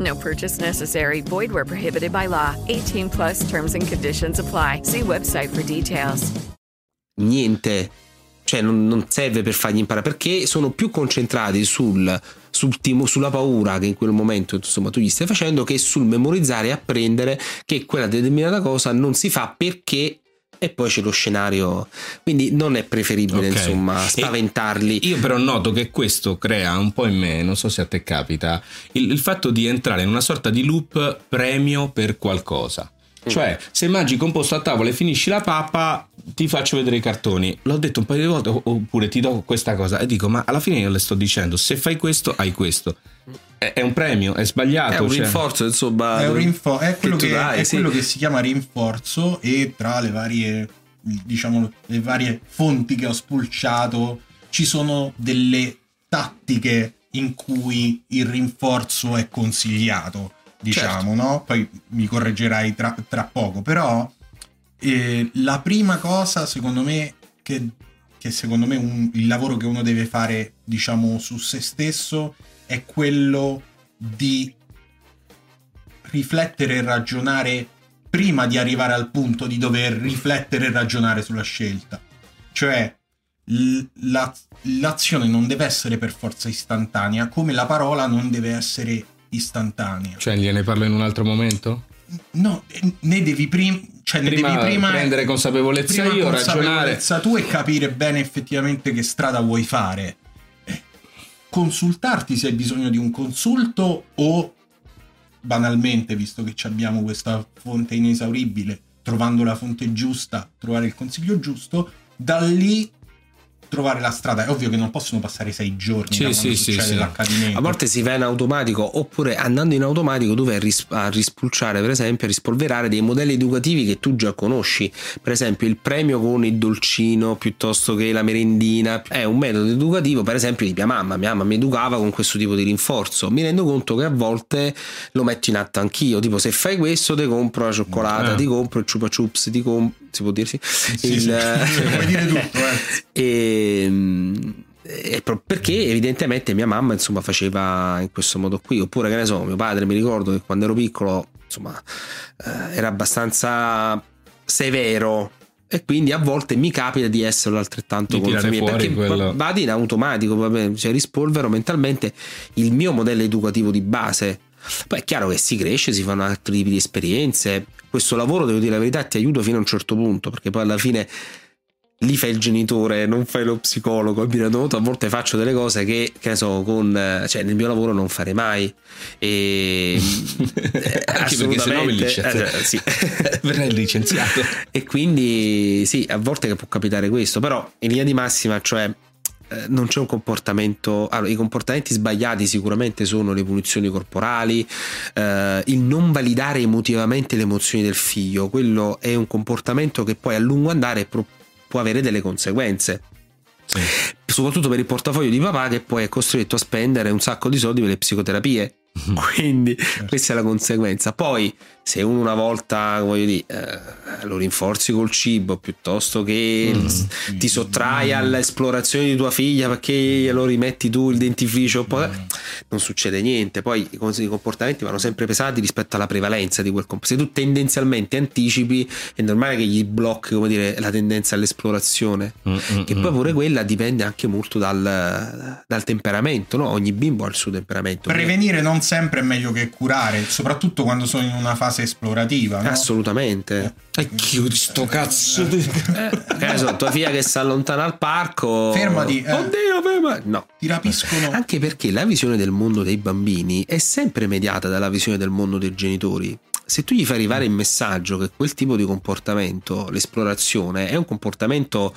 No purchase necessary. Void where prohibited by law. 18 plus terms and conditions apply. See website for details.
niente, cioè non, non serve per fargli imparare perché sono più concentrati sul, sul timo- sulla paura che in quel momento insomma tu gli stai facendo che sul memorizzare e apprendere che quella determinata cosa non si fa perché e poi c'è lo scenario quindi non è preferibile
Ok.
insomma
E-
spaventarli
Io però noto che questo crea un po' in me, non so se a te capita, il, il fatto di entrare in una sorta di loop premio per qualcosa.
Mm.
Cioè, se mangi composto a tavola e finisci la pappa, ti faccio vedere i cartoni. L'ho detto un paio di volte, o- oppure ti do questa cosa e dico, ma alla fine io le sto dicendo, se fai questo, hai questo. È, è un premio, è sbagliato.
è un
cioè.
rinforzo insomma
È, un rinfo- è quello,
tu
che,
dai,
è
sì.
quello che si chiama rinforzo e tra le varie, diciamo, le varie fonti che ho spulciato ci sono delle tattiche in cui il rinforzo è consigliato, diciamo,
Certo.
no? Poi mi correggerai tra, tra poco, però eh, la prima cosa secondo me che, che secondo me un- il lavoro che uno deve fare, diciamo, su se stesso è quello di riflettere e ragionare prima di arrivare al punto di dover riflettere e ragionare sulla scelta. Cioè, l- la- l'azione non deve essere per forza istantanea, come la parola non deve essere istantanea.
Cioè, gliene parlo in un altro momento?
No, eh, ne devi prima. Cioè, ne
Prima
devi prima
prendere consapevolezza
prima
io,
consapevolezza tu e capire bene effettivamente che strada vuoi fare. Eh, Consultarti se hai bisogno di un consulto o banalmente, visto che ci abbiamo questa fonte inesauribile, trovando la fonte giusta, trovare il consiglio giusto, da lì trovare la strada. È ovvio che non possono passare sei giorni
Sì,
da quando
sì, sì,
succede
sì.
l'accadimento.
A volte si va in automatico, oppure andando in automatico tu vai a, ris- a rispulciare, per esempio, a rispolverare dei modelli educativi che tu già conosci. Per esempio, il premio con il dolcino piuttosto che la merendina è un metodo educativo, per esempio, di mia mamma. Mia mamma mi educava con questo tipo di rinforzo. Mi rendo conto che a volte lo metto in atto anch'io. Tipo, se fai questo, ti compro la cioccolata,
Eh.
ti compro il chupa chups, ti compro. Si può dirsi?
Sì, sì, <laughs> puoi dire tutto, eh.
E, mm, e pro- perché evidentemente mia mamma insomma faceva in questo modo qui oppure che ne so mio padre mi ricordo che quando ero piccolo insomma eh, era abbastanza severo e quindi a volte mi capita di esserlo altrettanto
Di
con
tirare
le mie
fuori
perché
quello-
v- vado in automatico proprio, cioè rispolvero mentalmente il mio modello educativo di base poi è chiaro che si cresce si fanno altri tipi di esperienze questo lavoro devo dire la verità ti aiuta fino a un certo punto perché poi alla fine lì fai il genitore, non fai lo psicologo. E mi rendo conto, a volte faccio delle cose che, che ne so, con, eh, cioè, nel mio lavoro non farei mai. E,
<laughs>
eh,
Anche perché sennò mi
assolutamente,
licenziate.
eh,
<laughs>
sì.
Verrai licenziato.
<laughs> e quindi sì, a volte che può capitare questo, però in linea di massima, cioè eh, non c'è un comportamento allora, i comportamenti sbagliati sicuramente sono le punizioni corporali eh, il non validare emotivamente le emozioni del figlio quello è un comportamento che poi a lungo andare pro- può avere delle conseguenze soprattutto per il portafoglio di papà che poi è costretto a spendere un sacco di soldi per le psicoterapie <laughs> quindi questa è la conseguenza poi se uno una volta voglio dire eh, lo rinforzi col cibo piuttosto che ti sottrai all'esplorazione di tua figlia perché glielo rimetti tu il dentifricio poi- eh, non succede niente poi i cons- i comportamenti vanno sempre pesati rispetto alla prevalenza di quel comportamento se tu tendenzialmente anticipi è normale che gli blocchi come dire la tendenza all'esplorazione che poi pure quella dipende anche molto dal, dal temperamento, no? Ogni bimbo ha il suo temperamento.
Prevenire non sempre è meglio che curare, soprattutto quando sono in una fase esplorativa. no? Eh.
Assolutamente.
E chiudi sto cazzo di...
Eh, che ne so, tua figlia che si allontana al parco.
Fermati, eh.
Oddio, fermati. No.
Ti rapiscono.
Anche perché la visione del mondo dei bambini è sempre mediata dalla visione del mondo dei genitori. Se tu gli fai arrivare il messaggio che quel tipo di comportamento, l'esplorazione, è un comportamento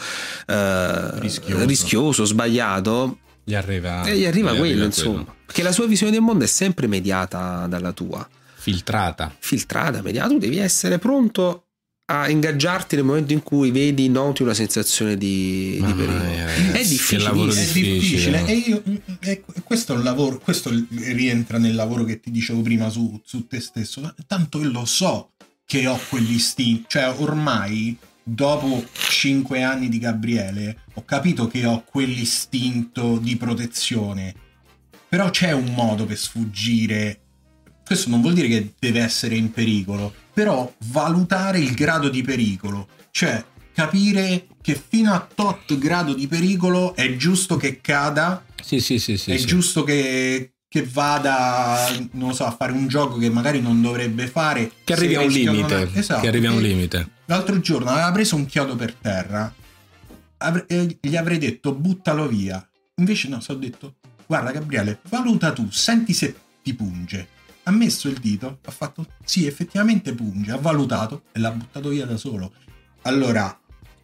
eh,
Rischioso. Ah, eh,
rischioso, sbagliato,
<laughs> Gli arriva,
E gli arriva quello, insomma.
quello.
Perché la sua visione del mondo è sempre mediata dalla tua,
Filtrata.
filtrata, mediata. Tu devi essere pronto a ingaggiarti nel momento in cui vedi, noti una sensazione di, di
Mamma
pericolo.
mia,
È
ragazzi, che lavoro
è
difficilissimo.
difficile,
difficile.
e io mm, e qu- questo è un lavoro questo l- rientra nel lavoro che ti dicevo prima su, su te stesso ma tanto io lo so che ho quell'istinto cioè ormai dopo 5 anni di Gabriele ho capito che ho quell'istinto di protezione però c'è un modo per sfuggire questo non vuol dire che deve essere in pericolo però valutare il grado di pericolo cioè capire che fino a tot grado di pericolo è giusto che cada,
Sì, sì, sì, sì.
è
sì.
giusto che, che vada, non lo so, a fare un gioco che magari non dovrebbe fare.
Che arrivi
se
a un
rischia una-
limite.
Esatto.
Che arrivi a un
E
limite.
L'altro giorno aveva preso un chiodo per terra, avre- eh, gli avrei detto buttalo via. Invece no, so detto, guarda Gabriele, valuta tu, senti se ti punge. Ha messo il dito, ha fatto sì, effettivamente punge, ha valutato e l'ha buttato via da solo. Allora,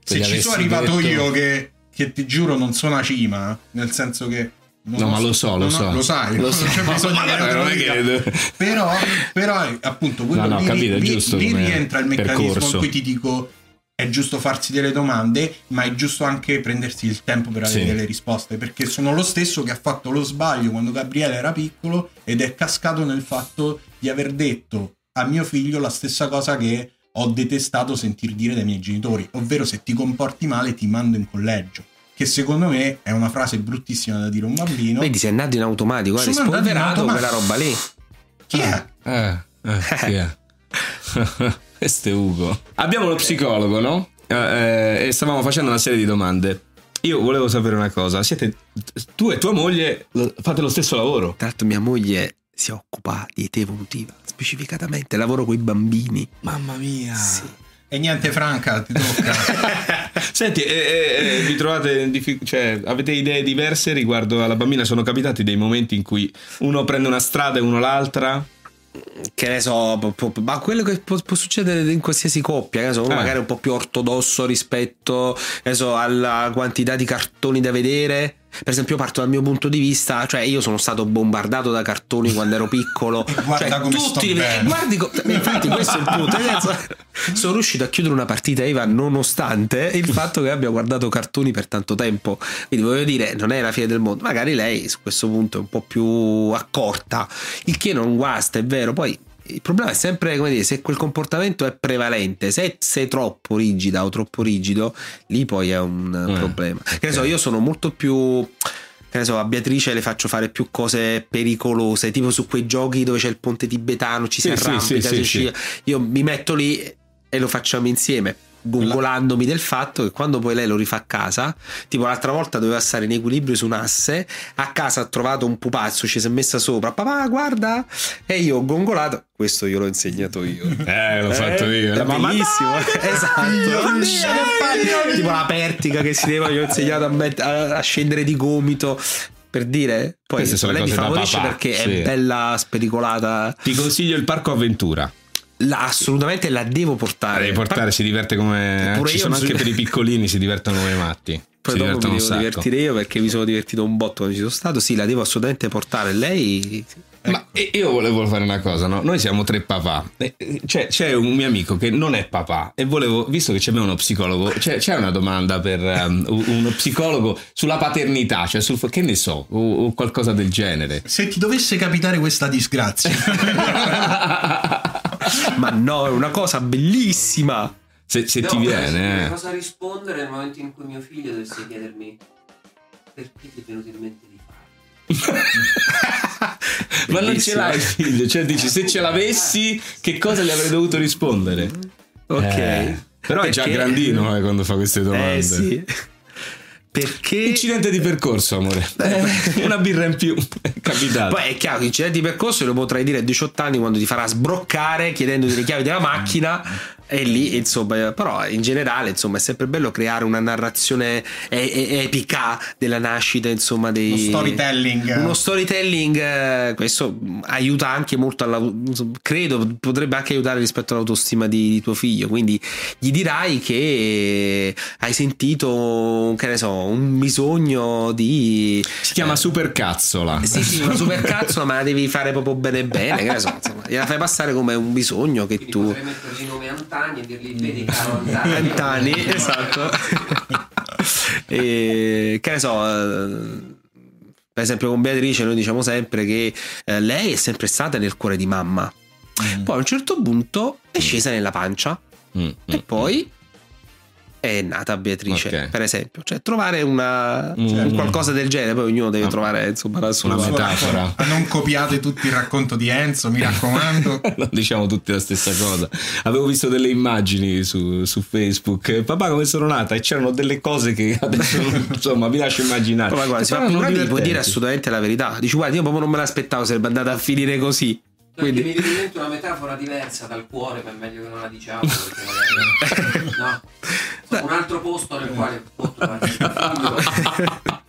Se
se
gli
ci sono
avessi
arrivato
detto-
io che, che ti giuro non sono una cima, nel senso che... non
No,
ho-
ma lo so, lo
non ho-
so.
Lo sai,
Lo <laughs>
non
so.
c'è bisogno
Ma
che io te
non
lo
è
dica.
che-
Però, però, eh, appunto, quello
No, no,
lì,
capito, è
lì-
giusto
lì
come
rientra il meccanismo
percorso.
in cui ti dico è giusto farsi delle domande, ma è giusto anche prendersi il tempo per avere
Sì.
delle risposte, perché sono lo stesso che ha fatto lo sbaglio quando Gabriele era piccolo ed è cascato nel fatto di aver detto a mio figlio la stessa cosa che ho detestato sentir dire dai miei genitori, ovvero se ti comporti male ti mando in collegio, che secondo me è una frase bruttissima da dire a un bambino.
Vedi, sei andato in automatico, hai
Sono andato in
rispolverato
ah.
automatico.
quella roba lì.
Chi è?
Eh, eh, sì, eh. <laughs> Questo è Ugo. Abbiamo lo psicologo, no? Eh, eh, e stavamo facendo una serie di domande. Io volevo sapere una cosa. Siete tu e tua moglie lo- fate lo stesso lavoro?
Tra l'altro mia moglie si occupa di età evolutiva, specificatamente lavoro con i bambini.
Mamma mia.
E niente, Franca, ti tocca.
<laughs> Senti, e- e- e vi trovate in diffic- cioè, avete idee diverse riguardo alla bambina? Sono capitati dei momenti in cui uno prende una strada e uno l'altra?
Che ne so, po- po- ma quello che può, può succedere in qualsiasi coppia, che ne so, uno
Eh.
magari è un po' più ortodosso rispetto che ne so, alla quantità di cartoni da vedere. Per esempio, io parto dal mio punto di vista, cioè io sono stato bombardato da cartoni quando ero
<laughs>
piccolo.
E guarda
Cioè,
come
tutti-
sto bene.
e guardi co- eh, infatti, questo è il punto. Nel
<laughs>
senso, sono riuscito a chiudere una partita IVA nonostante il fatto che abbia guardato cartoni per tanto tempo. Quindi voglio dire, non è la fine del mondo. Magari lei su questo punto è un po' più accorta, il che non guasta, è vero. Poi il problema è sempre, come dire, se quel comportamento è prevalente, se sei troppo rigida o troppo rigido, lì poi è un
Eh,
problema. Che ne so, io sono molto più. Che ne so, a Beatrice le faccio fare più cose pericolose, tipo su quei giochi dove c'è il ponte tibetano, ci si
Sì, sì,
arrampica,
sì,
si
sì,
scia- Io mi metto lì e lo facciamo insieme. Gongolandomi del fatto che quando poi lei lo rifà a casa, tipo l'altra volta doveva stare in equilibrio su un asse, a casa ha trovato un pupazzo, ci si è messa sopra, papà guarda, e io ho gongolato, questo io l'ho insegnato io.
Eh, l'ho fatto
Eh,
io.
È
La mamma
bellissimo.
figlio,
esatto.
non ce la fai.
tipo la pertica che si deve, gli ho insegnato a, met- a- a scendere di gomito. Per dire, poi
Queste sono le
lei mi
cose da
favorisce
papà,
perché
sì.
è bella spericolata.
Ti consiglio il parco avventura.
La- assolutamente la devo
Ah,
portare.
devi portare, si diverte come.
Pure
Ci
io
sono
mi
anche
sono-
per i piccolini, si divertono come matti.
Poi dopo mi
si divertono
devo
un sacco.
divertire io perché mi sono divertito un botto quando ci sono stato. Sì, la devo assolutamente portare. Lei.
Ma
Ecco.
e- io volevo fare una cosa, no? Noi siamo tre papà. E- e- C'è, c'è un mio amico che non è papà e volevo, visto che c'è uno psicologo, c'è, c'è una domanda per ehm, u- uno psicologo sulla paternità, cioè sul che ne so, o, o qualcosa del genere.
Se ti dovesse capitare questa disgrazia,
Ah, Ma no, è una cosa bellissima.
Se, se
No,
ti
però
viene,
sapere
eh.
Cosa rispondere nel momento in cui mio figlio dovesse chiedermi perché ti è venuto in mente di farlo?
ma non
Bellissimo.
ce l'hai il figlio, cioè dici se ce l'avessi, che cosa gli avrei dovuto rispondere?
Ok.
Eh, però è già
Perché-
grandino eh, quando fa queste domande.
Eh sì. Perché.
Incidente di percorso, amore. Una birra in più. È capitato.
Eh. Poi è chiaro che incidenti di percorso lo potrai dire a 18 anni quando ti farà sbroccare chiedendoti le chiavi della macchina e lì insomma però in generale insomma è sempre bello creare una narrazione e- e- epica della nascita insomma dei
Uno storytelling.
uno storytelling eh, questo mh, aiuta anche molto alla, credo potrebbe anche aiutare rispetto all'autostima di, di tuo figlio quindi gli dirai che hai sentito che ne so un bisogno di
Si chiama supercazzola.
sì, sì, una super cazzola, ma la devi fare proprio bene bene. Che ne so, insomma, gliela fai passare come un bisogno che
Quindi
tu.
potrei mettergli nome Antani e dirgli
Mm.
vedi caro
<laughs>
Antani.
Antani, <laughs> esatto. e, che ne so. eh, Per esempio, con Beatrice noi diciamo sempre che eh, lei è sempre stata nel cuore di mamma. Poi a un certo punto è scesa nella pancia
Mm,
e
mm,
poi è nata Beatrice,
Ok.
per esempio. Cioè, trovare una,
Mm.
un qualcosa del genere, poi ognuno deve
Ah.
trovare insomma la sua.
Una metafora.
non copiate tutti il racconto di Enzo, mi raccomando.
Non diciamo tutti la stessa cosa. Avevo visto delle immagini su, su Facebook. eh, Papà, come sono nata? E c'erano delle cose che <laughs> adesso non- insomma vi lascio immaginare.
Però ma guarda,
Che
si fa
però erano
figurati che puoi dire
divertenti.
assolutamente la verità. Dici, guarda, io proprio non me l'aspettavo, sarebbe andata a finire così.
Cioè,
Quindi-
che mi viene in mente una metafora diversa dal cuore, ma è meglio che non la diciamo. Perché
<laughs>
magari... no. Un altro posto nel quale può trovarsi
<laughs>
il figlio.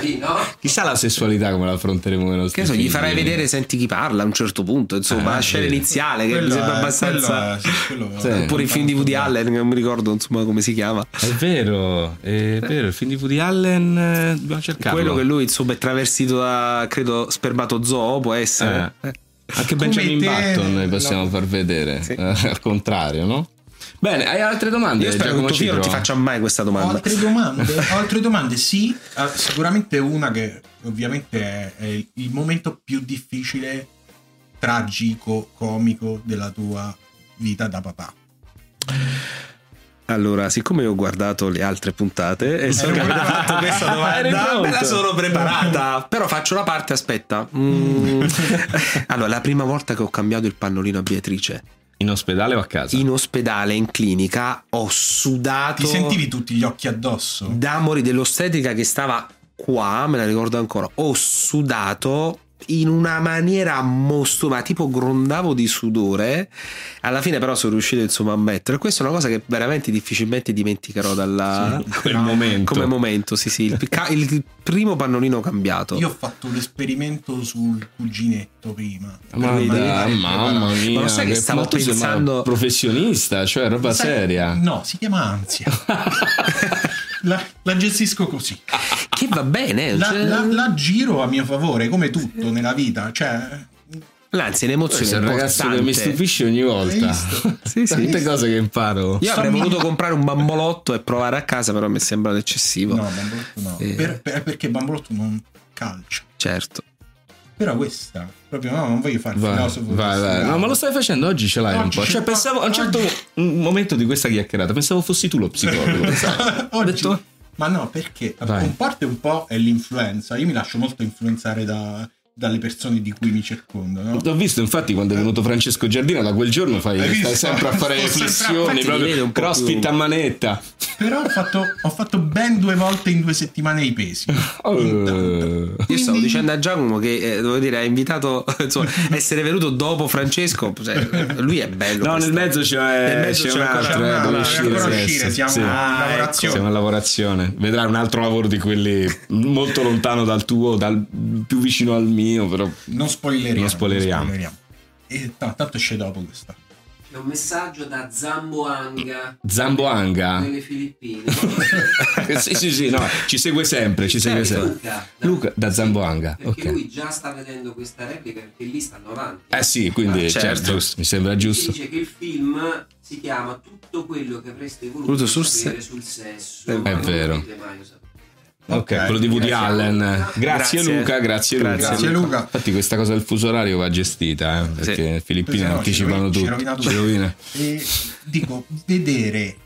Quindi, no?
Chissà la sessualità come la affronteremo nei
Che
nostri
ne so, gli
figli.
farai vedere, senti chi parla a un certo punto. Insomma,
Ah,
la scena
sì.
iniziale che mi
Quello
sembra
è-
abbastanza.
Eh, quello è- sì, quello è-
Sì.
Oppure il film di Woody Allen, che non mi ricordo insomma come si chiama.
È vero, è vero. Il film di Woody Allen eh, dobbiamo cercarlo.
Eh. Quello che lui insomma è travestito da credo spermatozoo, può essere.
Eh.
Eh.
Anche
Come
Benjamin
te,
Button noi possiamo
no.
far vedere, eh, al contrario, no? Bene, hai altre domande?
Io spero che
Eh, Giacomo
tuo figlio non ti
Cipro?
faccia mai questa
Ho
domanda.
altre domande? Ho altre domande? Sì, eh, sicuramente una che ovviamente è, è il momento più difficile, tragico, comico della tua vita da papà.
Allora, siccome io ho guardato le altre puntate e so che
pronto?
avete fatto
<laughs>
questa
Eri
domanda,
pronto?
me la sono preparata. Però faccio la
<laughs>
parte, aspetta. Mm. allora, la prima volta che ho cambiato il pannolino a Beatrice,
In ospedale o a casa?
In ospedale, in clinica, ho sudato.
Ti sentivi tutti gli occhi addosso?
da mori dell'ostetrica che stava qua, me la ricordo ancora, ho sudato in una maniera mostruosa, tipo grondavo di sudore, alla fine però sono riuscito insomma a mettere, questa è una cosa che veramente difficilmente dimenticherò dalla... Ah,
In quel momento.
Come momento, sì sì, il, ca- il primo pannolino cambiato.
Io ho fatto l'esperimento sul cuginetto prima.
Ma
Per
dai,
vedere-
mamma mia,
Ma lo sai che stavo
ma tu sei una
pensando-
professionista, cioè roba
Sai-
seria.
No, si chiama ansia. la, la gestisco così.
Che va bene,
La,
cioè,
la-
eh.
la giro a mio favore, come tutto nella vita. Cioè,
l'anzi è
Questo è
un'emozione
un ragazzo che mi
importante.
stupisce ogni volta. <laughs>
visto?
Sì, sì.
Tante cose che imparo.
Io avrei
Sto-
voluto comprare un bambolotto e provare a casa, però mi è sembrato eccessivo.
Boh.
no, Bambolotto no.
Eh.
Per- per- perché Bambolotto non calcia.
Certo.
Però questa, proprio no, non voglio fare il
Vai,
filosofo.
vai, vai.
bravo.
No, ma lo stai facendo oggi ce l'hai
Oggi
un po'.
ce
Cioè,
l'ho,
pensavo a un certo
oggi.
mo- un momento di questa chiacchierata, pensavo fossi tu lo
<laughs>
psicologo. sai.
<laughs> Oggi-
<laughs> detto-
Ma no, perché
Vai.
un parte un po' è l'influenza. Io mi lascio molto influenzare da- dalle persone di cui mi circondano.
<laughs>
no?
L'ho visto infatti quando è venuto Francesco Giardino, da quel giorno fai,
Hai
stai
visto?
sempre a fare
Sto sempre a-
riflessioni,
infatti
mi vede
proprio
un po'
crossfit
più-
a manetta.
Però ho fatto, ho fatto ben due volte in due settimane i pesi.
Oh.
Io stavo
Quindi-
dicendo a Giacomo che eh, devo dire, ha invitato <laughs> insomma, essere venuto dopo Francesco. cioè, lui è bello.
No,
questo.
nel mezzo c'è,
Nel mezzo
c'è
c'è
un
ancora-
altro,
c'è
eh,
un
deve
altro,
uscire
ancora
adesso.
uscire, siamo
Sì.
in
Ah, ecco,
lavorazione.
Siamo in lavorazione. Vedrai un altro lavoro di quelli molto lontano dal tuo, dal più vicino al mio, però
Non spoileriamo.
Non spoileriamo.
non spoileriamo. E ta- tanto c'è dopo questa.
C'è un messaggio da Zamboanga <laughs>
Zamboanga.
nelle Filippine.
sì, sì, sì, no, ci segue sempre, ci segue sempre.
Luca, Certo. da-
Luca da Zamboanga,
Perché
ok.
lui già sta vedendo questa replica perché lì stanno avanti.
Eh sì, quindi
Ah,
cioè,
certo.
giusto, mi sembra
Si
giusto.
dice che il film si chiama Tutto quello che avreste voluto
Voluto sul
sapere
se-
sul sesso.
È
ma non
vero.
avete mai usato.
Ok, quello di Woody
Grazie.
Allen. Grazie,
Grazie.
Luca, grazie, Luca.
Grazie, Luca.
Infatti questa cosa del fuso orario va gestita, eh, perché
Sì.
le Filippine
Perché no,
anticipano
ci
tutto.
rovina- ci
Ci
rovina
rovina.
tutto. E dico, vedere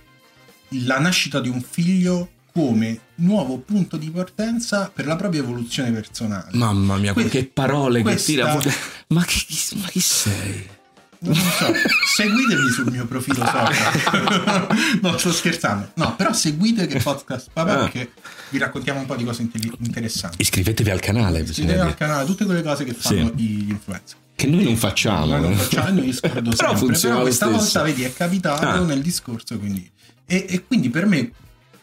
la nascita di un figlio come nuovo punto di partenza per la propria evoluzione personale.
Mamma mia,
Que-
che parole
questa-
che tira fuori. <laughs> Ma che- chi, ma chi sei?
Non lo so, seguitemi sul
<laughs>
mio profilo social. <laughs> no, sto scherzando. No, però seguite che podcast papà
Ah.
perché vi raccontiamo un po' di cose intelli- interessanti.
Iscrivetevi al canale, bisogna
Iscrivetevi al
dire.
canale, tutte quelle cose che fanno gli influencer.
Che noi non facciamo. eh.
Noi non facciamo, noi
<laughs>
li scordo
Però
sempre.
funziona
Però
lo
questa
stesso.
volta, vedi, è capitato
Ah.
nel discorso. Quindi. E, e quindi per me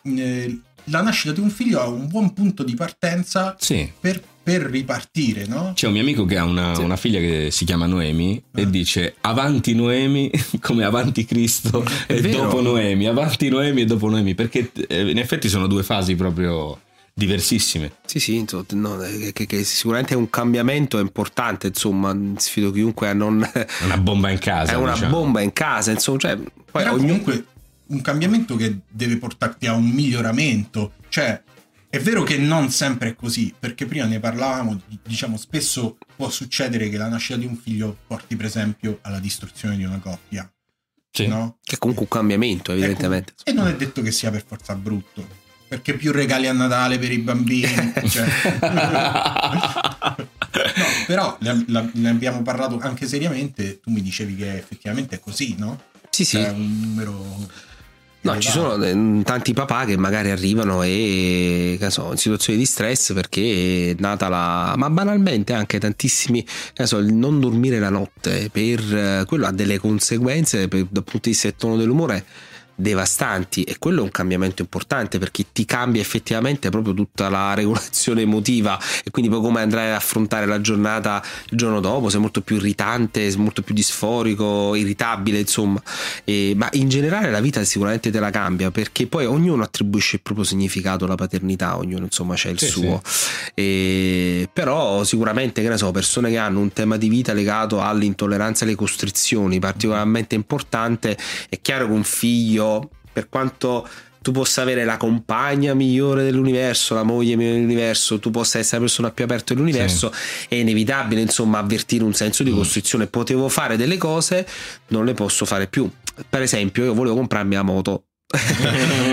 eh, la nascita di un figlio è un buon punto di partenza
Sì.
per, per ripartire, no?
C'è un mio amico che ha una, una figlia che si chiama Noemi
Ah.
e dice avanti Noemi <laughs> come avanti Cristo e
vero.
dopo Noemi, avanti Noemi e dopo Noemi, perché eh, in effetti sono due fasi proprio diversissime.
Sì, sì, insomma, no, eh, che, che sicuramente è un cambiamento importante. Insomma, sfido chiunque a non.
È Una bomba in casa.
è una
diciamo.
bomba in casa. Insomma, cioè, poi
Però
ognuno.
comunque un cambiamento che deve portarti a un miglioramento. Cioè, è vero che non sempre è così, perché prima ne parlavamo, di- diciamo, spesso può succedere che la nascita di un figlio porti, per esempio, alla distruzione di una coppia,
Sì.
no?
Che è comunque un cambiamento, evidentemente.
Ecco, E non è detto che sia per forza brutto, perché più regali a Natale per
<laughs>
i bambini. cioè. No, però ne, la- ne abbiamo parlato anche seriamente, tu mi dicevi che effettivamente è così, no?
Sì, sì.
C'è un numero...
No, ci sono eh, tanti papà che magari arrivano e che ne so, in situazioni di stress perché è nata la. ma banalmente anche tantissimi. che ne so, il non dormire la notte per eh, quello ha delle conseguenze per- dal punto di vista del tono dell'umore devastanti e quello è un cambiamento importante perché ti cambia effettivamente proprio tutta la <laughs> regolazione emotiva e quindi poi come andrai ad affrontare la giornata il giorno dopo sei molto più irritante sei molto più disforico irritabile insomma E- ma in generale la vita sicuramente te la cambia perché poi ognuno attribuisce il proprio significato alla paternità ognuno insomma c'è il
Sì,
suo E- però sicuramente che ne so persone che hanno un tema di vita legato all'intolleranza alle costrizioni particolarmente importante è chiaro che un figlio, per quanto tu possa avere la compagna migliore dell'universo, la moglie migliore dell'universo, tu possa essere la persona più aperta dell'universo, è inevitabile, insomma, avvertire un senso di
Mm.
costrizione. Potevo fare delle cose, non le posso fare più. Per esempio, io <laughs>
Mm.
volevo comprarmi la moto.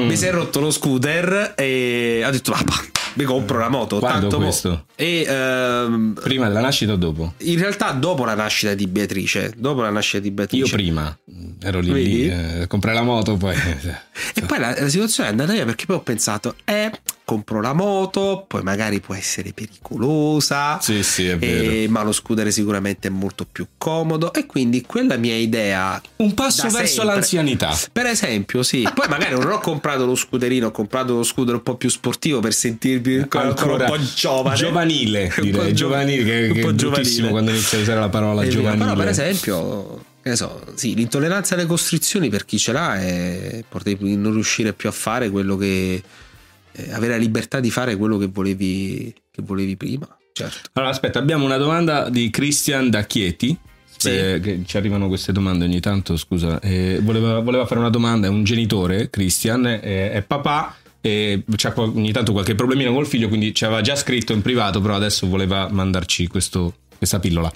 Mi si è rotto lo scooter e ho detto, papà, mi compro la moto.
Quando
tanto mo-
questo?
E, ehm,
Prima della nascita o dopo?
in realtà dopo la nascita di Beatrice, dopo la nascita di
Io
Beatrice,
prima ero lì,
Vedi?
lì eh, comprai la moto, poi <laughs>
E poi la, la situazione è andata via perché poi ho pensato, eh, compro la moto, poi magari può essere pericolosa,
Sì, sì, è vero.
eh, ma lo scooter sicuramente è molto più comodo e quindi quella mia idea...
Un passo
da
verso
sempre-
l'anzianità.
Per esempio, sì. Poi magari non ho comprato lo scooterino, ho comprato lo scooter un po' più sportivo per sentirmi ancora, un po' giovane.
giovanile,
<laughs> Un po'
direi,
gio-
giovanile, che,
un
che
po'
è bruttissimo
giovanile.
quando inizia a usare la parola
Eh,
giovanile.
Però, per esempio, che ne so, sì, l'intolleranza alle costrizioni per chi ce l'ha è potevi non riuscire più a fare quello che. eh, avere la libertà di fare quello che volevi, che volevi prima. Certo.
Allora, aspetta, abbiamo una domanda di Christian da Chieti.
Sì.
Eh, che ci arrivano queste domande ogni tanto, scusa. Eh, voleva, voleva fare una domanda, è un genitore, Christian, eh, è papà e c'ha qual- ogni tanto qualche problemino col figlio, quindi ci aveva già scritto in privato, però adesso voleva mandarci questo- questa pillola.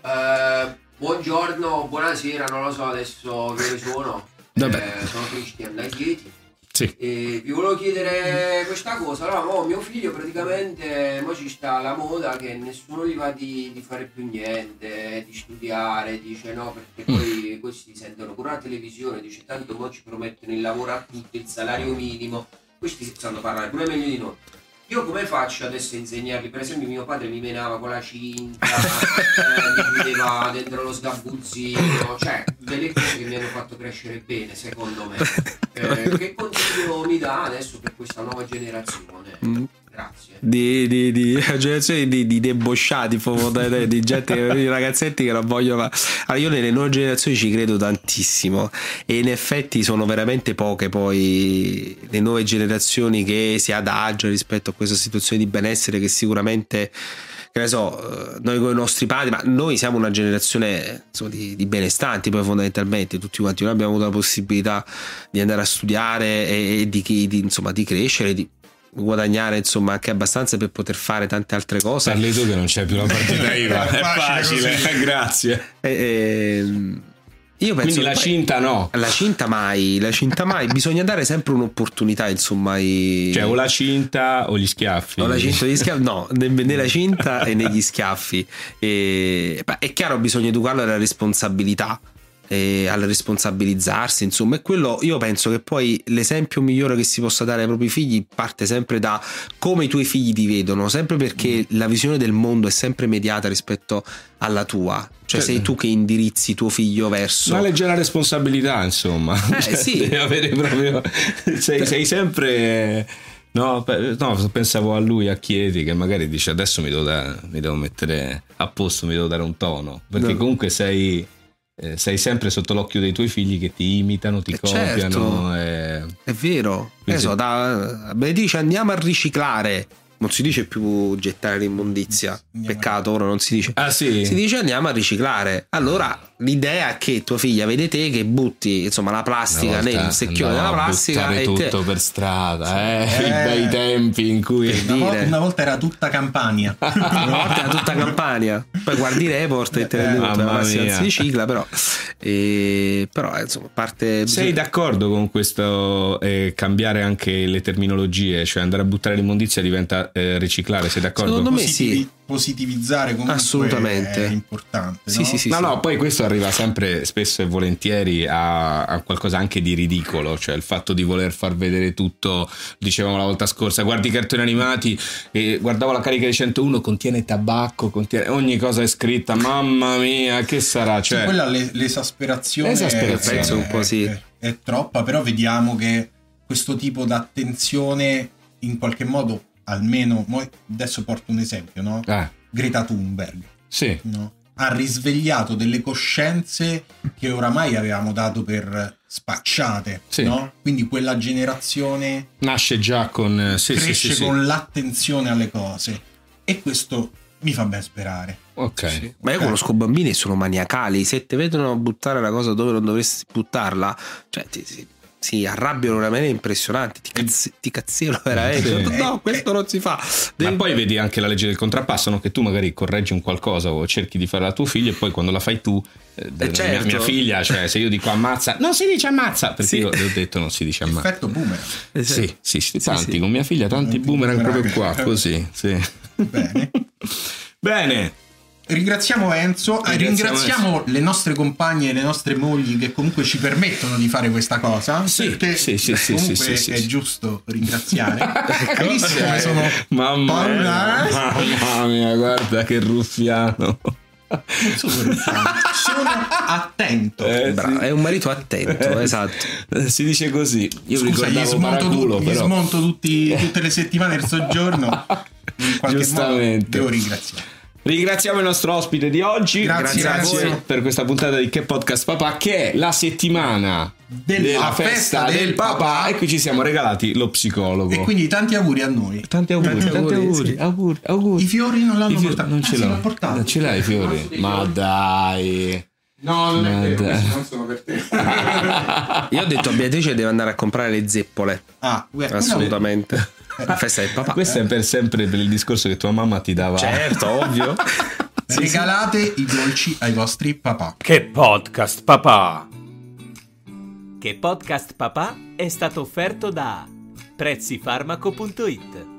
Eh, buongiorno, buonasera, non lo so adesso che ore sono.
Vabbè.
Eh, sono Christian dai Chieti.
Sì.
E vi volevo chiedere questa cosa. Allora, mo, mio figlio praticamente mo ci sta la moda che nessuno gli va di, di fare più niente, di studiare, dice no, perché poi questi sentono pure la televisione, dice tanto mo ci promettono il lavoro a tutti, il salario minimo. Questi sanno parlare pure meglio di noi. Io come faccio adesso a insegnarli? Per esempio mio padre mi menava con la cinta, eh, mi chiudeva dentro lo sgabuzzino, cioè delle cose che mi hanno fatto crescere bene secondo
<laughs>
me. Eh, che consiglio mi dà adesso per questa nuova generazione?
Mm.
Grazie.
Di, di, di <laughs> la generazione di, di debosciati, proprio, dai, dai, di gente, che- di ragazzetti che non vogliono. la- Allora, io nelle nuove generazioni ci credo tantissimo. E in effetti sono veramente poche poi le nuove generazioni che si adagiano rispetto a questa situazione di benessere che sicuramente. Che ne so, eh, noi con i nostri padri, ma noi siamo una generazione insomma, di, di benestanti, poi fondamentalmente tutti quanti noi abbiamo avuto la possibilità di andare a studiare e, e di, chi- di, insomma, di crescere, di guadagnare insomma anche abbastanza per poter fare tante altre cose.
Parli tu che non c'è più
<laughs>
la partita IVA.
È
è facile, <laughs>
facile
grazie.
E- ehm, io penso
Quindi
che
la
poi-
cinta no.
la cinta mai, la cinta mai, bisogna dare sempre un'opportunità insomma ai...
Cioè o la cinta o gli schiaffi.
No, la cinta e gli schiaffi, no, né-
Mm.
nella cinta
<laughs>
e negli schiaffi. E, beh, è chiaro, bisogna educarlo alla responsabilità, e al responsabilizzarsi, insomma, e quello io penso che poi l'esempio migliore che si possa dare ai propri figli parte sempre da come i tuoi figli ti vedono, sempre perché
Mm.
la visione del mondo è sempre mediata rispetto alla tua, cioè
Certo.
sei tu che indirizzi tuo figlio verso...
Una leggera responsabilità, insomma. Cioè,
Eh, sì.
devi avere proprio- Sei, sei sempre. No, pe- no, pensavo a lui, a Chieti, che magari dice adesso mi devo, da- mi devo mettere a posto, mi devo dare un tono. Perché
No.
comunque sei, eh, sei sempre sotto l'occhio dei tuoi figli che ti imitano, ti
Eh,
copiano.
certo.
eh.
È vero.
Quindi
Eh, so,
sì.
da, beh, dice andiamo a riciclare. Non si dice più gettare l'immondizia.
Andiamo.
Peccato, ora non si dice.
Ah sì,
Si dice andiamo a riciclare. Allora l'idea è che tua figlia vede te che butti insomma la plastica
Una volta
nel secchione
andavo
della
a
plastica
buttare
e te-
tutto per strada, eh,
Eh.
i bei tempi in
Eh.
cui...
Una, vo-
dire.
una volta era tutta Campania.
<laughs> una volta era tutta Campania. Poi guardi i report e te ne rendi conto che la
Eh, Mamma
plastica non
mia.
si ricicla, però. E, però eh, insomma, a parte
Sei d'accordo con questo eh, cambiare anche le terminologie, cioè andare a buttare l'immondizia diventa eh, riciclare, sei d'accordo?
Secondo me
Positivi-
sì.
Positivizzare comunque
Assolutamente.
è importante.
Sì,
no?
sì, sì.
No, no, poi questo arriva sempre spesso e volentieri a, a qualcosa anche di ridicolo, cioè il fatto di voler far vedere tutto, dicevamo la volta scorsa, guardi i cartoni animati, e guardavo la carica di 101, contiene tabacco, contiene ogni cosa è scritta, mamma mia, che sarà?
Sì,
Cioè,
quella l'es- l'esasperazione,
Esasperazione.
è-
Penso un po' sì.
è, è troppa, però vediamo che questo tipo d'attenzione in qualche modo, almeno mo- adesso porto un esempio, no?
Ah,
Greta Thunberg
sì,
no? ha risvegliato delle coscienze che oramai avevamo dato per spacciate,
Sì.
no? Quindi quella generazione
nasce già con... eh, Sì, sì,
cresce
sì, sì.
con l'attenzione alle cose e questo mi fa ben sperare.
Ok.
Ma io conosco bambini che sono maniacali. Se ti vedono buttare la cosa dove non dovresti buttarla, cioè ti, si- si arrabbiano in una maniera impressionante. Ti, cazz- ti cazziano veramente.
Eh, Sì.
No, questo non si fa.
Ma poi vedi anche la legge del contrappasso, no? che tu magari correggi un qualcosa o cerchi di fare la tua figlia e poi quando la fai tu, eh, mia-
certo.
mia, figlia, cioè se io dico ammazza, non si dice ammazza, perché
Sì.
io le ho detto non si dice ammazza.
Effetto boomerang.
Eh,
Sì, sì, sì, tanti,
sì.
con mia figlia tanti
certo. Tanti
boomerang proprio
boomerang.
qua, così. sì.
Bene.
<laughs> Bene,
Ringraziamo Enzo, eh,
Ringraziamo
ringraziamo le nostre compagne e le nostre mogli che comunque ci permettono di fare questa cosa.
Sì,
perché
sì, sì, sì,
comunque
sì, sì, Ecco.
è
sì.
giusto
<laughs>
ringraziare. Capisci come sono
Eh, mamma
paura,
mia,
eh?
mamma mia, guarda che ruffiano.
Non so come fare. Sono attento.
Eh, sì.
Bravo, È un marito attento, esatto.
Eh, Si dice così. Io
Scusa, gli
ricordavo
smonto, tu-
paraculo,
gli
però.
smonto tutti- tutte le settimane il soggiorno. In qualche modo
Giustamente.
devo ringraziare.
Ringraziamo il nostro ospite di oggi.
Grazie,
a
grazie.
voi per questa puntata di Che Podcast Papà, che è la settimana
Della
festa, del papà. E qui ci siamo regalati lo psicologo.
E quindi tanti auguri a noi.
tanti auguri, tanti auguri, auguri, auguri,
I fiori non l'hanno
I fiori-
portato.
non
Ah,
ce
sì,
l'ho.
l'ha portato.
Non ce l'hai i fiori? Ma dai.
No, non
Ma
è vero,
dai.
questi non sono per te.
Io ho detto a Beatrice deve andare a comprare le zeppole.
Ah, guarda,
Assolutamente. La festa del papà.
Questo è per sempre per il discorso che tua mamma ti dava.
Certo,
<laughs>
ovvio.
Regalate i dolci ai vostri papà.
Che podcast papà!
Che podcast papà è stato offerto da prezzifarmaco.it